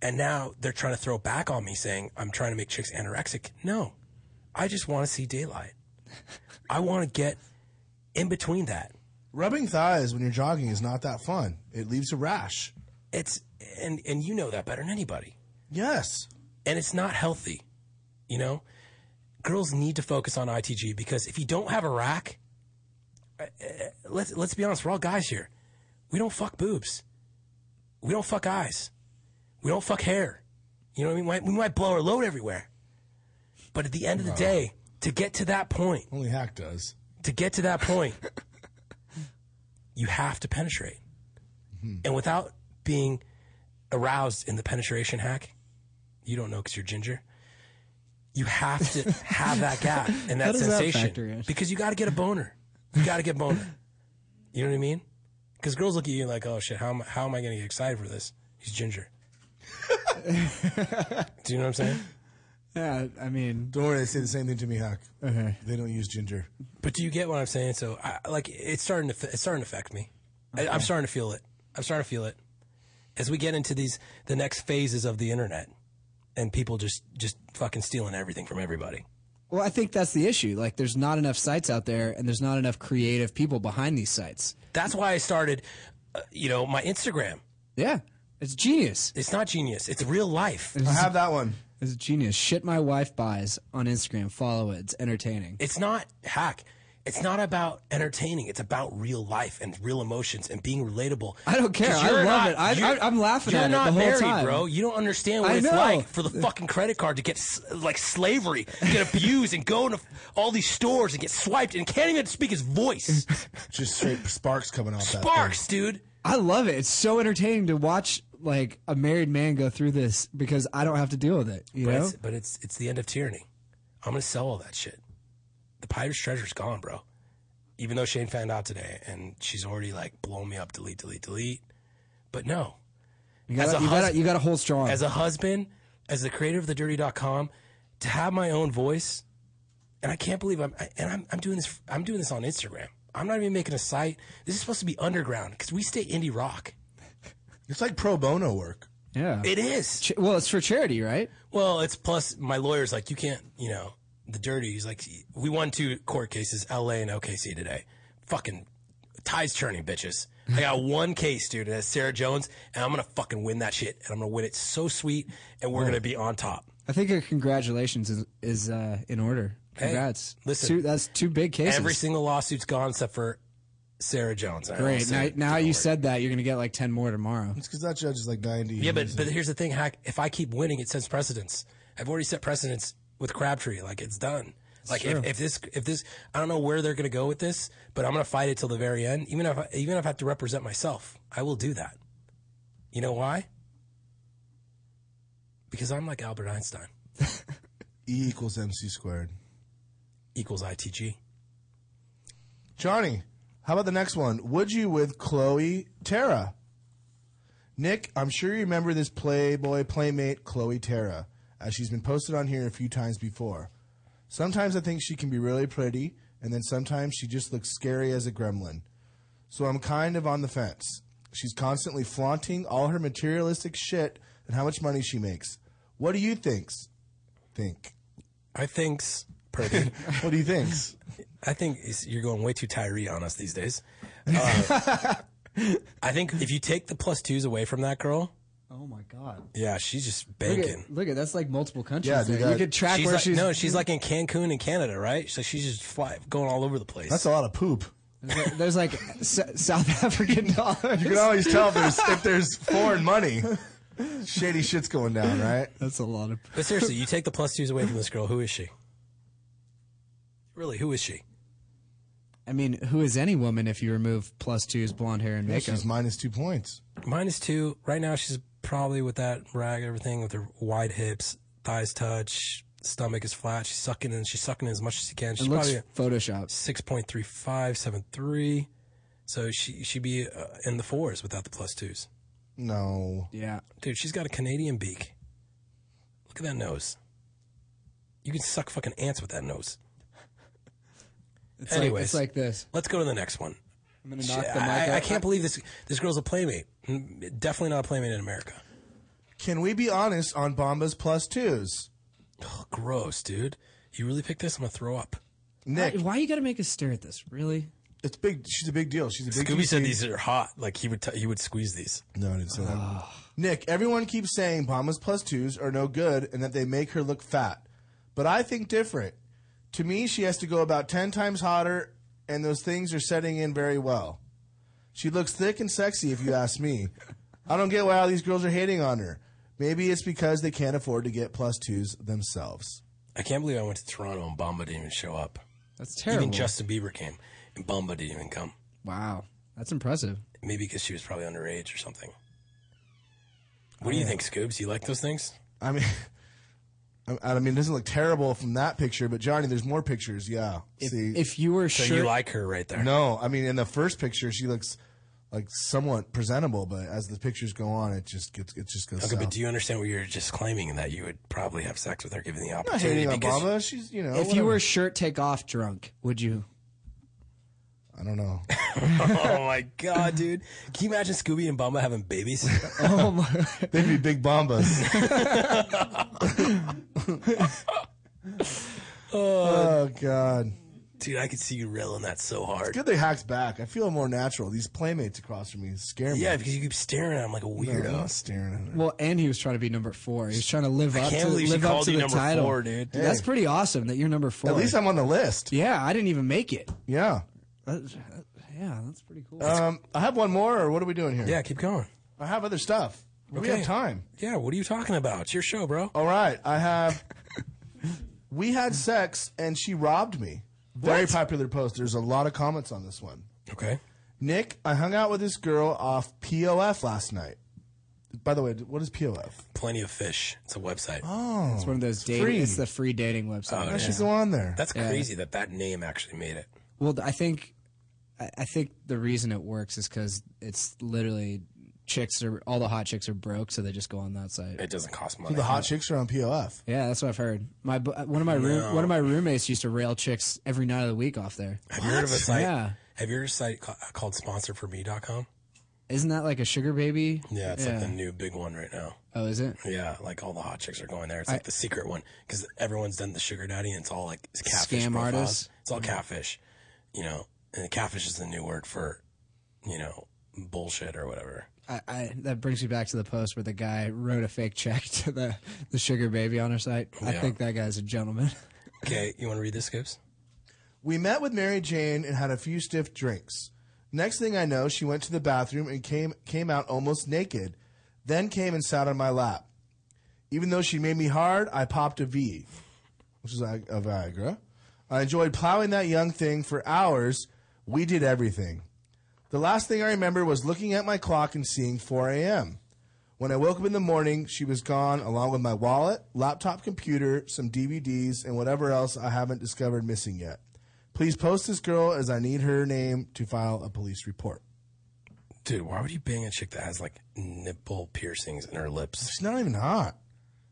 Speaker 9: and now they're trying to throw back on me saying I'm trying to make chicks anorexic. No, I just want to see daylight. I want to get in between that.
Speaker 10: Rubbing thighs when you're jogging is not that fun. It leaves a rash.
Speaker 9: It's and and you know that better than anybody.
Speaker 10: Yes.
Speaker 9: And it's not healthy. You know? Girls need to focus on ITG because if you don't have a rack, uh, uh, let's let's be honest, we're all guys here. We don't fuck boobs. We don't fuck eyes. We don't fuck hair. You know what I mean? We might, we might blow our load everywhere. But at the end of the
Speaker 10: Wow.
Speaker 9: day, to get to that point,
Speaker 10: only hack does.
Speaker 9: To get to that point, you have to penetrate.
Speaker 23: Mm-hmm.
Speaker 9: And without being aroused in the penetration hack, you don't know because you're ginger. You have to have that gap and that
Speaker 23: How does that factor
Speaker 9: sensation
Speaker 23: in?
Speaker 9: because you got to get a boner. You got to get boner. You know what I mean? Because girls look at you like, oh shit, how am, how am I going to get excited for this? He's ginger. Do you know what I'm saying?
Speaker 10: Yeah, I mean. Don't worry, they say the same thing to me, Hack. Okay. They don't use ginger.
Speaker 9: But do you get what I'm saying? So, I, like, it's starting to it's starting to affect me. I, I'm
Speaker 10: Okay.
Speaker 9: starting to feel it. I'm starting to feel it as we get into these the next phases of the internet and people just just fucking stealing everything from everybody.
Speaker 23: well, I think that's the issue. Like there's not enough sites out there, and there's not enough creative people behind these sites.
Speaker 9: That's why I started, uh, you know, my Instagram.
Speaker 23: Yeah, It's genius.
Speaker 9: It's not genius. It's real life.
Speaker 23: I have
Speaker 10: that one.
Speaker 23: It's genius. Shit my wife buys on Instagram. Follow it. It's entertaining.
Speaker 9: It's not hack. It's not about entertaining. It's about real life and real emotions and being relatable.
Speaker 23: I don't care.
Speaker 9: 'Cause
Speaker 23: I
Speaker 9: you're
Speaker 23: love it. I-
Speaker 9: you're-
Speaker 23: I- I'm laughing
Speaker 9: you're
Speaker 23: at it
Speaker 9: not
Speaker 23: the whole
Speaker 9: married,
Speaker 23: time.
Speaker 9: bro. You don't understand what
Speaker 23: I
Speaker 9: it's
Speaker 23: know.
Speaker 9: like for the fucking credit card to get s- like slavery, get abused, and go into all these stores and get swiped and can't even speak his voice.
Speaker 10: Just straight sparks coming off
Speaker 9: Sparks, dude.
Speaker 23: I love it. It's so entertaining to watch like a married man go through this because I don't have to deal with it. You
Speaker 9: but
Speaker 23: know?
Speaker 9: It's, but it's it's the end of tyranny. I'm gonna sell all that shit. The pirate's treasure's gone, bro. Even though Shane found out today, and she's already like blowing me up, delete, delete, delete. But no,
Speaker 23: You gotta- you gotta- you gotta hold strong.
Speaker 9: As a husband, as the creator of thedirty.com, to have my own voice, and I can't believe I'm I, and I'm, I'm doing this. I'm doing this on Instagram. I'm not even making a site. This is supposed to be underground because we stay indie rock.
Speaker 10: It's like pro bono work.
Speaker 23: Yeah.
Speaker 9: It is.
Speaker 23: Ch- well, it's for charity, right?
Speaker 9: Well, it's plus my lawyer's like, you can't, you know, the dirty. He's like, we won two court cases, LA and OKC today. Fucking ties churning, bitches. I got one case, dude, and that's Sarah Jones, and I'm gonna fucking win that shit, and I'm gonna win it so sweet, and we're gonna be on top.
Speaker 23: I think your congratulations is, is uh, in order.
Speaker 9: Hey,
Speaker 23: Congrats.
Speaker 9: listen.
Speaker 23: Two- that's two big cases.
Speaker 9: Every single lawsuit's gone except for Sarah Jones. I almost
Speaker 23: Great.
Speaker 9: said
Speaker 23: Now,
Speaker 9: it.
Speaker 23: now you said that you're gonna get like ten more tomorrow.
Speaker 10: It's because that judge is like 90.
Speaker 9: Yeah, but but here's the thing, hack. If I keep winning, it sets precedence. I've already set precedence with Crabtree. Like it's done. Like
Speaker 21: true.
Speaker 9: if, if this if this I don't know where they're gonna go with this, but I'm gonna fight it till the very end. Even if I, even if I have to represent myself, I will do that. You know why? Because I'm like Albert Einstein
Speaker 10: E equals MC squared.
Speaker 9: equals ITG.
Speaker 10: Johnny, how about the next one? Would you with Chloe Tara? Nick, I'm sure you remember this Playboy playmate, Chloe Tara, as she's been posted on here a few times before. Sometimes I think she can be really pretty, and then sometimes she just looks scary as a gremlin. So I'm kind of on the fence. She's constantly flaunting all her materialistic shit and how much money she makes. What do you thinks? Think.
Speaker 9: I thinks pretty.
Speaker 10: what do you think?
Speaker 9: I think it's- you're going way too Tyree on us these days. Uh, I think if you take the plus twos away from that girl,
Speaker 23: Oh my god.
Speaker 9: yeah, she's just
Speaker 23: Look
Speaker 9: banking.
Speaker 23: at, look at that's like multiple countries.
Speaker 9: Yeah,
Speaker 23: there.
Speaker 9: dude,
Speaker 23: you
Speaker 9: that-
Speaker 23: could track
Speaker 9: she's
Speaker 23: where
Speaker 9: like,
Speaker 23: she's.
Speaker 9: No, she's like in Cancun in Canada, right? So she's just fly, going all over the place.
Speaker 10: That's a lot of poop.
Speaker 23: There's like, there's like S- South African dollars.
Speaker 10: You can always tell if there's, if there's foreign money. Shady shit's going down, right?
Speaker 23: That's a lot of.
Speaker 9: But seriously, you take the plus twos away from this girl. Who is she? Really, who is she?
Speaker 23: I mean, who is any woman if you remove plus twos, blonde hair, and
Speaker 9: Yeah,
Speaker 23: makeup?
Speaker 9: she's
Speaker 10: minus two points.
Speaker 9: Minus two. Right now, she's probably with that rag, everything with her wide hips, thighs touch, stomach is flat. She's sucking in. She's sucking in as much as she can.
Speaker 23: It
Speaker 9: She's
Speaker 23: looks
Speaker 9: probably
Speaker 23: photoshopped.
Speaker 9: six point three five seven three. So she she'd be uh, in the fours without the plus twos.
Speaker 10: No.
Speaker 23: Yeah.
Speaker 9: Dude, she's got a Canadian beak. Look at that nose. You can suck fucking ants with that nose.
Speaker 23: It's like-
Speaker 9: Anyways,
Speaker 23: it's like this.
Speaker 9: Let's go to the next one.
Speaker 23: I'm gonna
Speaker 9: Shit,
Speaker 23: knock the mic
Speaker 9: I, I
Speaker 23: out.
Speaker 9: can't believe this. This girl's a playmate. Mm, Definitely not a playmate in America.
Speaker 10: Can we be honest on Bomba's plus twos?
Speaker 9: Oh, gross, dude. You really picked this? I'm gonna throw up.
Speaker 10: Nick,
Speaker 23: Why, why you got to make us stare at this? Really?
Speaker 10: It's big. She's a big deal. She's a big.
Speaker 9: Scooby said
Speaker 10: QC.
Speaker 9: these are hot. Like he would t- he would squeeze these.
Speaker 10: No, I didn't say that. Nick, everyone keeps saying Bomba's plus twos are no good and that they make her look fat, but I think different. To me, she has to go about ten times hotter, and those things are setting in very well. She looks thick and sexy, if you ask me. I don't get why all these girls are hating on her. Maybe it's because they can't afford to get plus twos themselves.
Speaker 9: I can't believe I went to Toronto and Bamba didn't even show up.
Speaker 23: That's
Speaker 9: Even
Speaker 23: terrible.
Speaker 9: Justin Bieber came and Bamba didn't even come.
Speaker 23: Wow, that's impressive.
Speaker 9: Maybe because she was probably underage or something. What do you
Speaker 10: Yeah.
Speaker 9: think, Scoobs? You like those things?
Speaker 10: I mean, I, I mean, it doesn't look terrible from that picture, but Johnny, there's more pictures. Yeah, see,
Speaker 23: if you were
Speaker 9: So you sure- like her right there.
Speaker 10: No, I mean, in the first picture, she looks like somewhat presentable, but as the pictures go on, it just gets it just goes.
Speaker 9: Okay, but
Speaker 10: south.
Speaker 9: do you understand what you're just claiming that you would probably have sex with her given the
Speaker 10: I'm not hating
Speaker 9: opportunity?
Speaker 10: on
Speaker 9: because-
Speaker 10: Baba. She's you know.
Speaker 23: if
Speaker 10: whatever.
Speaker 23: you were shirt take off drunk, would you?
Speaker 10: I don't know.
Speaker 9: oh my god, dude! Can you imagine Scooby and Bamba having babies?
Speaker 23: oh my!
Speaker 10: They'd be big Bombas.
Speaker 9: oh
Speaker 10: Oh, God,
Speaker 9: Dude, I could see you reeling that so hard.
Speaker 10: It's good they hacked back. I feel more natural. These playmates across from me scare me.
Speaker 9: Yeah, because you keep staring at him like a weirdo.
Speaker 10: No, I'm not staring at him.
Speaker 23: Well, and he was trying to be number four. He was trying to live
Speaker 10: I
Speaker 23: up
Speaker 10: can't
Speaker 23: to
Speaker 10: believe she
Speaker 23: live up
Speaker 10: called
Speaker 23: to
Speaker 10: you
Speaker 23: the
Speaker 10: number
Speaker 23: title,
Speaker 10: four, dude.
Speaker 23: That's
Speaker 10: Hey.
Speaker 23: pretty awesome that you're number four.
Speaker 10: At least I'm on the list.
Speaker 23: Yeah, I didn't even make it.
Speaker 10: Yeah.
Speaker 23: yeah, that's pretty cool.
Speaker 10: Um, I have one more, or what are we doing here? Yeah,
Speaker 9: keep going.
Speaker 10: I have other stuff. We
Speaker 9: Okay.
Speaker 10: have time.
Speaker 9: Yeah, what are you talking about? It's your show, bro.
Speaker 10: All right, I have. we had sex and she robbed me. Very popular post. There's a lot of comments on this one.
Speaker 9: Okay.
Speaker 10: Nick, I hung out with this girl off POF last night. By the way, what is POF?
Speaker 9: Plenty of fish. It's a website.
Speaker 10: Oh,
Speaker 23: it's one of those dating.
Speaker 10: free. Uh.
Speaker 23: It's the free dating
Speaker 9: Oh,
Speaker 23: website.
Speaker 9: yeah. That's
Speaker 23: Yeah.
Speaker 9: crazy that that name actually made it.
Speaker 23: Well, I think, I I think the reason it works is because it's literally chicks are all the hot chicks are broke, so they just go on that site.
Speaker 9: It doesn't cost
Speaker 10: So the hot chicks are on POF.
Speaker 23: Yeah, that's what I've heard. My bu- one of my room,
Speaker 9: No.
Speaker 23: one of my roommates used to rail chicks every night of the week off there.
Speaker 9: Have you heard of a site?
Speaker 23: Yeah,
Speaker 9: Have you heard of a site ca- called sponsorforme.com?
Speaker 23: isn't that like a sugar baby?
Speaker 9: Yeah, it's like the new big one right now.
Speaker 23: Oh, is it?
Speaker 9: Yeah, like all the hot chicks are going there. It's
Speaker 23: I-
Speaker 9: like the secret one because everyone's done the sugar daddy, and it's all like it's catfish
Speaker 23: Scam
Speaker 9: profiles.
Speaker 23: artists?
Speaker 9: It's all catfish, you know. And catfish is the new word for, you know, bullshit or whatever.
Speaker 23: I, I, that brings me back to the post where the guy wrote a fake check to the, the sugar baby on her site. I
Speaker 9: Yeah.
Speaker 23: think that guy's a gentleman.
Speaker 9: Okay, you want to read this, Gibbs?
Speaker 10: We met with Mary Jane and had a few stiff drinks. Next thing I know, she went to the bathroom and came came out almost naked, then came and sat on my lap. Even though she made me hard, I popped a V, which is like a Viagra. I enjoyed plowing that young thing for hours. We did everything. The last thing I remember was looking at my clock and seeing 4 a.m. When I woke up in the morning, she was gone along with my wallet, laptop computer, some DVDs, and whatever else I haven't discovered missing yet. Please post this girl as I need her name to file a police report.
Speaker 9: Dude, why would you bang a chick that has like nipple piercings in her lips?
Speaker 10: She's not even hot.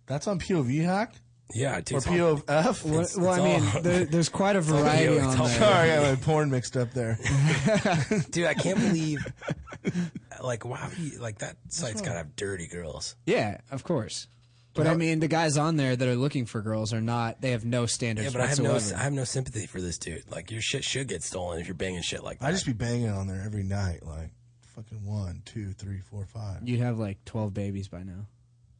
Speaker 10: That's on POV hack?
Speaker 9: Yeah, dude.
Speaker 10: Or
Speaker 9: it's all-
Speaker 10: POF?
Speaker 23: Well, well, I mean, there, there's quite a
Speaker 9: it's all
Speaker 23: variety
Speaker 9: video,
Speaker 23: on
Speaker 9: it's all
Speaker 23: there.
Speaker 10: Sorry, I had porn mixed up there.
Speaker 9: dude, I can't believe. Like wow, he, like that site's gotta have dirty girls.
Speaker 23: Yeah, of course. But
Speaker 9: Well-
Speaker 23: I mean, the guys on there that are looking for girls are not. They have no standards
Speaker 9: Yeah, but I have no,
Speaker 23: whatsoever.
Speaker 9: I have no sympathy for this dude. Like your shit should get stolen if you're banging shit like that.
Speaker 10: I just be banging on there every night, like fucking one, two, three, four, five.
Speaker 23: You'd have like twelve babies by now.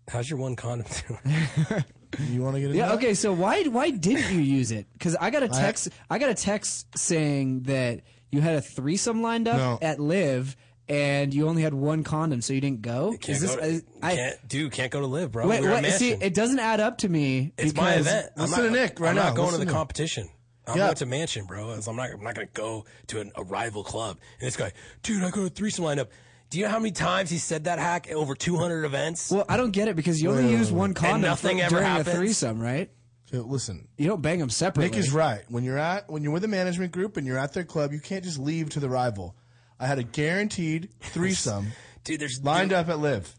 Speaker 9: How's your one condom doing?
Speaker 10: You want to get into
Speaker 23: Yeah.
Speaker 10: that?
Speaker 23: Okay. So why why didn't you use it? Because I got a
Speaker 10: I-
Speaker 23: text. I, got a text saying that you had a threesome lined up
Speaker 9: No.
Speaker 23: at Live, and you only had one condom, so you didn't go.
Speaker 9: Can't go to-
Speaker 23: is- I,
Speaker 9: can't, dude, can't go to live, bro.
Speaker 23: wait,
Speaker 9: we were
Speaker 23: wait, see,
Speaker 9: mashing.
Speaker 23: it doesn't add up to me.
Speaker 9: it's my
Speaker 23: because-
Speaker 9: event. I'm not, I'm not going to the competition. I'm
Speaker 23: Yeah.
Speaker 9: going to mansion, bro. So I'm not. I'm not going to go to an, a rival club. And this guy, dude, I go to threesome lineup. Do you know how many times he said that hack? Over 200 events.
Speaker 23: Well, I don't get it because you only
Speaker 9: Wait,
Speaker 23: use
Speaker 9: wait, wait.
Speaker 23: one
Speaker 9: And
Speaker 23: condom
Speaker 9: nothing
Speaker 23: for-
Speaker 9: ever
Speaker 23: during
Speaker 9: happens?
Speaker 23: a threesome, right?
Speaker 10: So, listen,
Speaker 23: You don't bang them separately.
Speaker 10: Nick is right. When you're at when you're with a management group and you're at their club, you can't just leave to the rival. I had a guaranteed threesome
Speaker 9: dude. There's
Speaker 10: lined up at Live,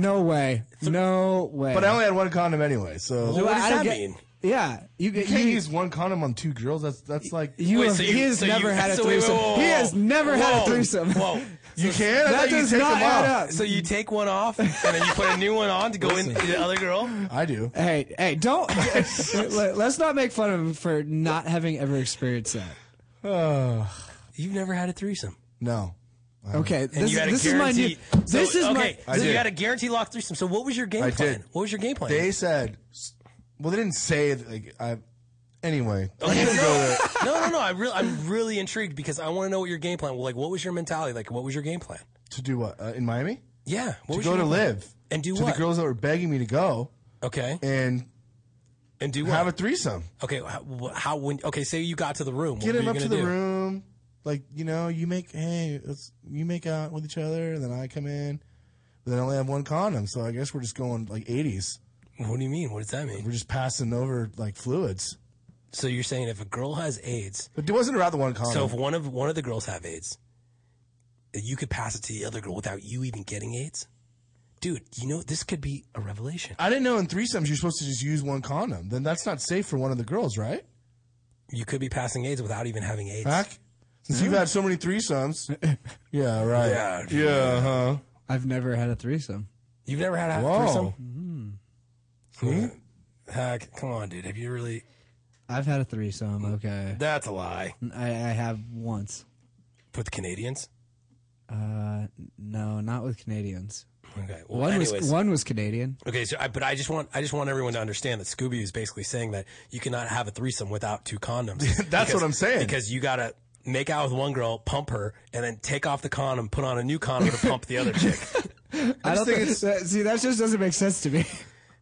Speaker 23: No way. No way.
Speaker 10: but I only had one condom anyway. So
Speaker 23: Well, What does I don't that get- mean? Yeah, you,
Speaker 10: you can't use one condom on two girls. That's that's like
Speaker 23: You have- he has never had a threesome. He has never had a threesome. Whoa.
Speaker 10: You can? I thought you take them off.
Speaker 9: So you take one off and then you put a new one on to go in the other girl.
Speaker 10: I do.
Speaker 23: Hey, hey, don't. let- let's not make fun of him for not having ever experienced that.
Speaker 9: You've never had a threesome.
Speaker 10: No. Uh-huh.
Speaker 23: Okay,
Speaker 9: And
Speaker 23: this,
Speaker 9: you had a
Speaker 23: this is my new.
Speaker 9: guarantee. so,
Speaker 23: This is
Speaker 9: okay.
Speaker 23: my.
Speaker 9: so
Speaker 10: did.
Speaker 9: you had a guarantee lock threesome. So what was your game
Speaker 10: I
Speaker 9: plan?
Speaker 10: did.
Speaker 9: What was your game plan?
Speaker 10: They said, well, they didn't say it, like I. Anyway,
Speaker 9: Okay, no, no, no, no. I really, I'm really intrigued because I want to know what your game plan. Well, like, what was your mentality? Like, what was your game plan?
Speaker 10: to do what uh, in Miami?
Speaker 9: Yeah, what
Speaker 10: to
Speaker 9: was
Speaker 10: go
Speaker 9: your
Speaker 10: to
Speaker 9: game plan?
Speaker 10: live
Speaker 9: and do
Speaker 10: to
Speaker 9: what?
Speaker 10: the girls that were begging me to go.
Speaker 9: Okay,
Speaker 10: and
Speaker 9: and do what?
Speaker 10: have a threesome.
Speaker 9: Okay, how, wh- how when? Okay, say you got to the room.
Speaker 10: Get
Speaker 9: what
Speaker 10: him
Speaker 9: were
Speaker 10: up
Speaker 9: you
Speaker 10: to the
Speaker 9: gonna do?
Speaker 10: room, like you know, you make hey, let's, you make out with each other, and then I come in. But then I only have one condom, so I guess we're just going like eighties.
Speaker 9: What do you mean? What does that mean?
Speaker 10: We're just passing over like fluids.
Speaker 9: So you're saying if a girl has AIDS,
Speaker 10: But it wasn't about the one condom.
Speaker 9: so if one of one of the girls have AIDS, you could pass it to the other girl without you even getting AIDS. Dude, you know this could be a revelation.
Speaker 10: I didn't know in threesomes you're supposed to just use one condom. Then that's not safe for one of the girls, right?
Speaker 9: You could be passing AIDS without even having AIDS.
Speaker 10: Hack? Since you've had so many threesomes, yeah, right,
Speaker 9: Yeah.
Speaker 10: yeah, huh?
Speaker 23: I've never had a threesome.
Speaker 9: You've never had a
Speaker 10: Whoa.
Speaker 9: Mm-hmm. threesome? Hack, come on, dude. Have you really?
Speaker 23: I've had a threesome. Okay.
Speaker 9: That's a lie.
Speaker 23: I, I have once.
Speaker 9: With Canadians?
Speaker 23: Uh, no, not with Canadians.
Speaker 9: Okay. well,
Speaker 23: one
Speaker 9: anyways.
Speaker 23: was one was Canadian.
Speaker 9: Okay, so I, but I just want I just want everyone to understand that Scooby is basically saying that you cannot have a threesome without two condoms.
Speaker 10: That's what I'm saying.
Speaker 9: Because you gotta make out with one girl, pump her, and then take off the condom, put on a new condom to pump the other chick.
Speaker 23: I don't
Speaker 9: think
Speaker 23: think it's, that, see that just doesn't make sense to me.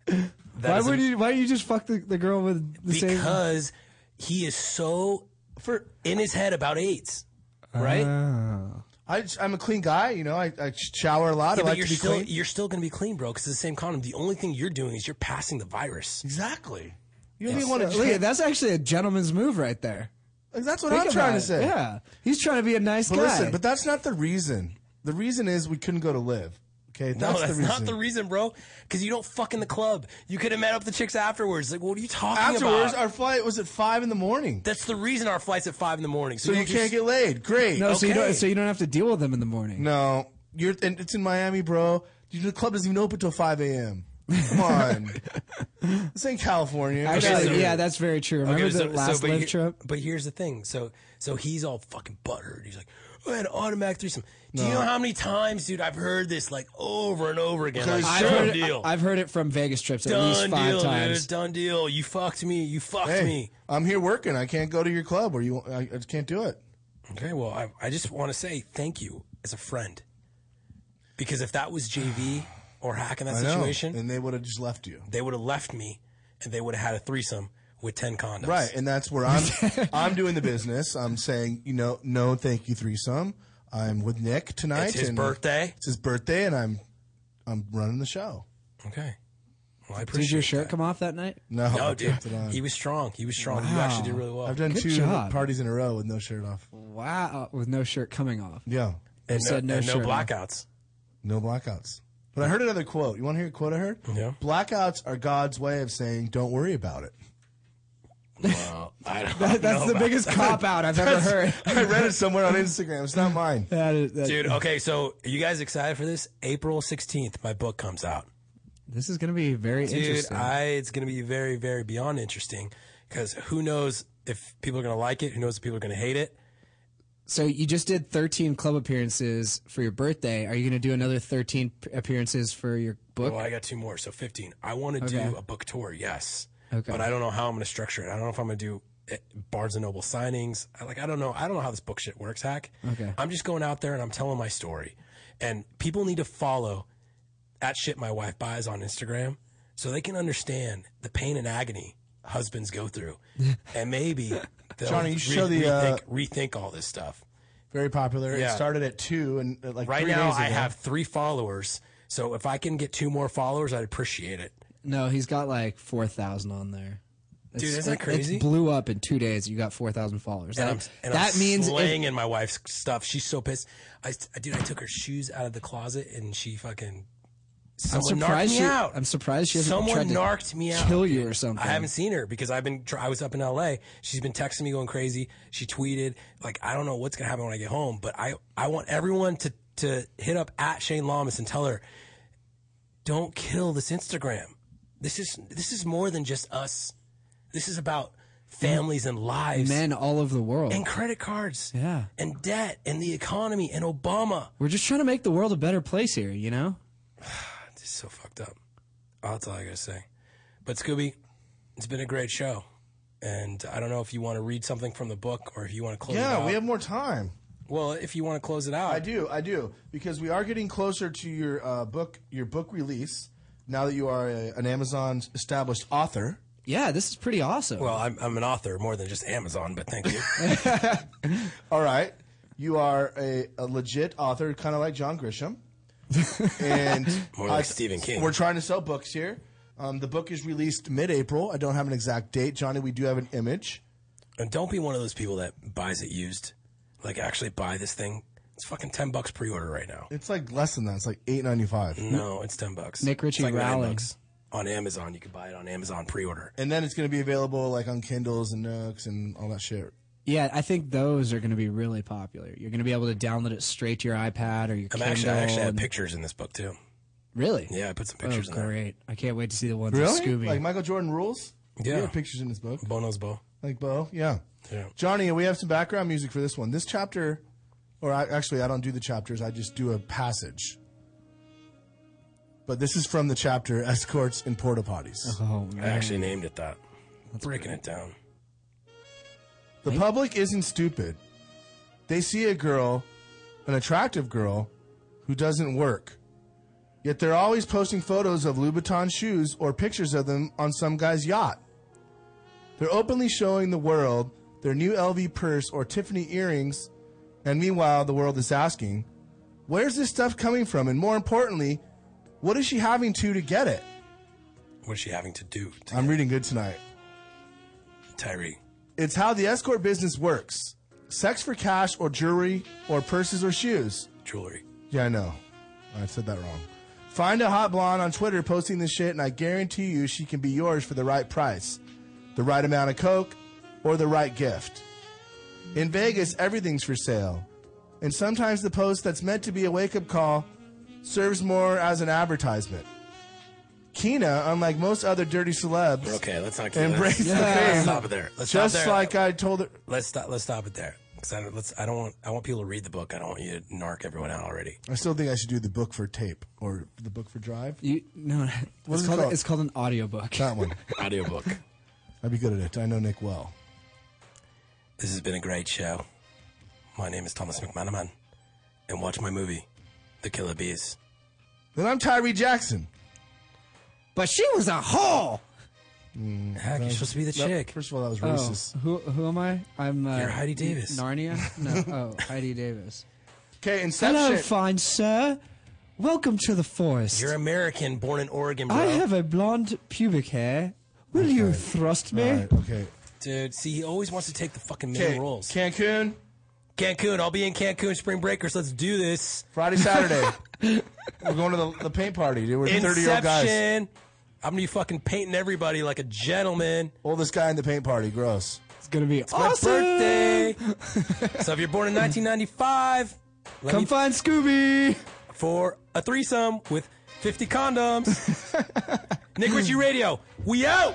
Speaker 23: why
Speaker 9: doesn't-
Speaker 23: would you? Why you just fuck the, the girl with the same?
Speaker 9: Because he is so for in his head about AIDS, right?
Speaker 10: I, am a clean guy, you know. I, I shower a lot.
Speaker 9: Yeah,
Speaker 10: I
Speaker 9: but
Speaker 10: like
Speaker 9: you're
Speaker 10: to be
Speaker 9: still
Speaker 10: clean.
Speaker 9: you're still gonna be clean, bro. Because it's the same condom. The only thing you're doing is you're passing the virus.
Speaker 10: Exactly. You
Speaker 23: It's-
Speaker 10: don't want to.
Speaker 23: look, at- that's actually a gentleman's move right there.
Speaker 10: That's what
Speaker 23: Think
Speaker 10: I'm
Speaker 23: about
Speaker 10: trying
Speaker 23: it.
Speaker 10: to say.
Speaker 23: Yeah, he's trying to be a nice
Speaker 10: But
Speaker 23: guy.
Speaker 10: listen, but that's not the reason. The reason is we couldn't go to live. Okay, that's,
Speaker 9: No, that's,
Speaker 10: the reason.
Speaker 9: not the reason, bro. Because you don't fuck in the club. You could have met up the chicks afterwards. Like, what are you talking
Speaker 10: Afterwards,
Speaker 9: about?
Speaker 10: our flight was at five in the morning.
Speaker 9: That's the reason our flight's at five in the morning. So,
Speaker 10: So you can't get laid. Great.
Speaker 23: No, so you
Speaker 10: Okay.
Speaker 23: don't. So you don't have to deal with them in the morning.
Speaker 10: No, you're and it's in Miami, bro. You- The club doesn't even open till five a.m. Come on, this ain't California. Get
Speaker 23: Actually,
Speaker 10: out of here.
Speaker 23: yeah, that's very true. Remember
Speaker 9: Okay,
Speaker 23: the
Speaker 9: so- so-
Speaker 23: last
Speaker 9: but
Speaker 23: live
Speaker 9: here-
Speaker 23: trip?
Speaker 9: But here's the thing. So so he's all fucking buttered. He's like, "Oh, I had an automatic threesome. Do you know how many times, dude, I've heard this like over and over again? Like,
Speaker 23: I've
Speaker 9: done
Speaker 23: heard,
Speaker 9: deal.
Speaker 23: I've heard it from Vegas trips at
Speaker 9: done
Speaker 23: least five
Speaker 9: deal,
Speaker 23: times.
Speaker 9: dude. Done deal. You fucked me. You fucked
Speaker 10: Hey,
Speaker 9: me.
Speaker 10: I'm here working. I can't go to your club, or you. I, I just can't do it.
Speaker 9: Okay, well, I, I just want to say thank you as a friend. Because if that was JV or Hack in that
Speaker 10: I know.
Speaker 9: situation,
Speaker 10: and they would have just left you.
Speaker 9: they would have left me and they would have had a threesome with 10 condoms.
Speaker 10: Right, and that's where I'm. I'm doing the business. I'm saying, you know, no, thank you, threesome. I'm with Nick tonight.
Speaker 9: It's his
Speaker 10: and
Speaker 9: birthday.
Speaker 10: It's his birthday, and I'm, I'm running the show.
Speaker 9: Okay. Well, I
Speaker 23: Did
Speaker 9: appreciate
Speaker 23: your
Speaker 9: it.
Speaker 23: shirt come off that night?
Speaker 10: No, I
Speaker 9: No, dude.
Speaker 10: kept it on.
Speaker 9: He was strong. He was strong. You
Speaker 23: Wow.
Speaker 9: actually did really well.
Speaker 10: I've done
Speaker 23: Good
Speaker 10: two
Speaker 23: job.
Speaker 10: parties in a row with no shirt off.
Speaker 23: Wow, with no shirt coming off.
Speaker 10: Yeah,
Speaker 23: They
Speaker 9: And no-
Speaker 23: said no
Speaker 9: and
Speaker 23: shirt.
Speaker 9: no blackouts.
Speaker 10: no blackouts. But I heard another quote. You want to hear a quote I heard?
Speaker 9: Yeah.
Speaker 10: Blackouts are God's way of saying, "Don't worry about it."
Speaker 9: Well, I don't
Speaker 23: That-
Speaker 9: know
Speaker 23: that's the
Speaker 9: about
Speaker 23: biggest
Speaker 9: that.
Speaker 23: cop out I've ever heard.
Speaker 10: I read it somewhere on Instagram. It's not mine.
Speaker 23: That is, that-
Speaker 9: Dude, okay, so are you guys excited for this? April 16th, my book comes out.
Speaker 23: this is going to be very
Speaker 9: Dude,
Speaker 23: interesting.
Speaker 9: I, it's going to be very, very beyond interesting because who knows if people are going to like it? Who knows if people are going to hate it?
Speaker 23: so you just did 13 club appearances for your birthday. Are you going to do another 13 p- appearances for your book?
Speaker 9: Well, Oh, I got two more, so 15. I want to do
Speaker 23: Okay.
Speaker 9: a book tour, yes.
Speaker 23: Okay.
Speaker 9: But I don't know how I'm going to structure it. I don't know if I'm going to do eh, Barnes and Noble signings. I- Like I don't know. I don't know how this book shit works, hack.
Speaker 23: Okay.
Speaker 9: I'm just going out there and I'm telling my story. And people need to follow at shit my wife buys on Instagram so they can understand the pain and agony husbands go through. and maybe they'll
Speaker 10: Johnny, you
Speaker 9: re-
Speaker 10: show the, uh,
Speaker 9: rethink, rethink all this stuff.
Speaker 10: Very popular.
Speaker 9: Yeah.
Speaker 10: It started at two, and uh, like
Speaker 9: Right
Speaker 10: three
Speaker 9: now
Speaker 10: days
Speaker 9: I
Speaker 10: ago.
Speaker 9: have 3 followers. So if I can get two more followers, I'd appreciate it.
Speaker 23: no, he's got like 4,000 on there.
Speaker 9: Dude,
Speaker 23: It's-
Speaker 9: isn't that
Speaker 23: it-
Speaker 9: crazy?
Speaker 23: It blew up in two days. You got 4,000 followers.
Speaker 9: And
Speaker 23: That,
Speaker 9: I'm, and
Speaker 23: that
Speaker 9: I'm
Speaker 23: means if-
Speaker 9: slaying in my wife's stuff. She's so pissed. I, I- dude, I took her shoes out of the closet and she fucking.
Speaker 23: I'm
Speaker 9: Someone narked
Speaker 23: surprised,
Speaker 9: me
Speaker 23: she,
Speaker 9: out.
Speaker 23: I'm surprised she hasn't
Speaker 9: Someone
Speaker 23: tried to
Speaker 9: narked me out.
Speaker 23: kill you
Speaker 9: dude.
Speaker 23: or something.
Speaker 9: I haven't seen her because I've been. tr- I was up in L.A. She's been texting me going crazy. She tweeted like, I don't know what's gonna happen when I get home, but I I want everyone to to hit up at Shane Lamas and tell her, don't kill this Instagram. This is this is more than just us. This is about families and lives
Speaker 23: men all over the world.
Speaker 9: and credit cards
Speaker 23: yeah.
Speaker 9: and debt and the economy and Obama.
Speaker 23: We're just trying to make the world a better place here, you know?
Speaker 9: It's just so fucked up. Oh, that's all I gotta say. But Scooby, it's been a great show, and I don't know if you want to read something from the book or if you want to close. it
Speaker 10: Yeah,
Speaker 9: out.
Speaker 10: we have more time.
Speaker 9: Well, if you want to close it out,
Speaker 10: I do, I do, because we are getting closer to your uh, book, your book release. Now that you are a, an Amazon established author,
Speaker 23: Yeah, this is pretty awesome.
Speaker 9: Well, I'm, I'm an author more than just Amazon, but thank you.
Speaker 10: all right, you are a, a legit author, kind of like John Grisham, and
Speaker 9: More like Stephen King.
Speaker 10: We're trying to sell books here. Um, the book is released mid-April. I don't have an exact date, Johnny. We do have an image.
Speaker 9: and don't be one of those people that buys it used. Like, actually buy this thing. It's fucking ten bucks pre-order right now.
Speaker 10: It's like less than that. It's like eight ninety-five,
Speaker 9: No, it's ten bucks.
Speaker 23: Nick Ritchie
Speaker 9: it's like nine
Speaker 23: Rowling.
Speaker 9: bucks on Amazon. You can buy it on Amazon pre-order.
Speaker 10: and then it's going to be available like on Kindles and Nooks and all that shit.
Speaker 23: yeah, I think those are going to be really popular. You're going to be able to download it straight to your iPad or your
Speaker 9: I'm
Speaker 23: Kindle.
Speaker 9: actually, I actually have
Speaker 23: and-
Speaker 9: pictures in this book too.
Speaker 23: Really?
Speaker 9: Yeah, I put some
Speaker 23: Oh,
Speaker 9: pictures in there.
Speaker 23: great. I can't wait to see the ones with
Speaker 10: Really?
Speaker 23: Scooby.
Speaker 10: Like Michael Jordan rules?
Speaker 9: Yeah.
Speaker 10: You have pictures in this book.
Speaker 9: Bono's bow.
Speaker 10: Like Bo? Yeah.
Speaker 9: Yeah.
Speaker 10: Johnny, we have some background music for this one. This chapter, or I, actually, I don't do the chapters, I just do a passage. But this is from the chapter Escorts and Porta Potties.
Speaker 23: Oh,
Speaker 9: I actually named it that. Breaking it down.
Speaker 10: The public isn't stupid. They see a girl, an attractive girl, who doesn't work. Yet they're always posting photos of Louboutin shoes or pictures of them on some guy's yacht. They're openly showing the world their new LV purse or Tiffany earrings, and meanwhile, the world is asking, where's this stuff coming from? And more importantly, what is she having to to get it?
Speaker 9: What is she having to do?
Speaker 10: I'm reading good tonight.
Speaker 9: Tyree.
Speaker 10: It's how the escort business works sex for cash or jewelry or purses or shoes.
Speaker 9: Jewelry.
Speaker 10: Yeah, I know. I said that wrong. Find a hot blonde on Twitter posting this shit, and I guarantee you she can be yours for the right price, the right amount of Coke, or the right gift. In Vegas, everything's for sale. And sometimes the post that's meant to be a wake up call serves more as an advertisement. Kina, unlike most other dirty celebs,
Speaker 9: Okay, let's not
Speaker 10: embrace
Speaker 9: let's,
Speaker 10: the fame.
Speaker 9: Let's stop it there. Let's
Speaker 10: just
Speaker 9: stop there.
Speaker 10: like I told her.
Speaker 9: let's stop. Let's stop it there. 'Cause I don't, let's, I don't want. I want people to read the book. I don't want you to narc everyone out already.
Speaker 10: I still think I should do the book for tape or the book for drive.
Speaker 23: You no,
Speaker 10: What
Speaker 23: it's
Speaker 10: is it
Speaker 23: called,
Speaker 10: called?
Speaker 23: it's called an audiobook.
Speaker 10: That one.
Speaker 9: Audiobook.
Speaker 10: I'd be good at it. I know Nick well.
Speaker 9: This has been a great show. My name is Thomas McManaman, and watch my movie, The Killer Bees.
Speaker 10: Then I'm Tyree Jackson.
Speaker 23: But she was a whore.
Speaker 9: Heck, you're supposed to be the
Speaker 23: Nope.
Speaker 9: chick.
Speaker 10: First of all, that was
Speaker 23: Oh, who who am I? I'm uh,
Speaker 9: You're Heidi Davis.
Speaker 23: Narnia? No, oh Heidi Davis.
Speaker 10: Oh. Okay,
Speaker 23: Hello, fine sir. Welcome to the forest.
Speaker 9: You're American, born in Oregon, bro.
Speaker 23: I have a blonde pubic hair. Will you thrust me?
Speaker 10: okay.
Speaker 9: Dude, see, he always wants to take the fucking main
Speaker 23: Okay,
Speaker 9: roles.
Speaker 10: Cancun.
Speaker 9: Cancun. I'll be in Cancun spring breakers. Let's do this.
Speaker 10: Friday, Saturday. We're going to the, the paint party, dude. We're 30 year old guys.
Speaker 9: Inception. I'm gonna be fucking painting everybody like a gentleman.
Speaker 10: Oldest guy in the paint party. Gross.
Speaker 23: It's gonna be
Speaker 9: It's my birthday. so if you're born in 1995, let
Speaker 23: Come
Speaker 9: me-
Speaker 23: find Scooby.
Speaker 9: for a threesome with 50 condoms. Nick Ritchie Radio. We out.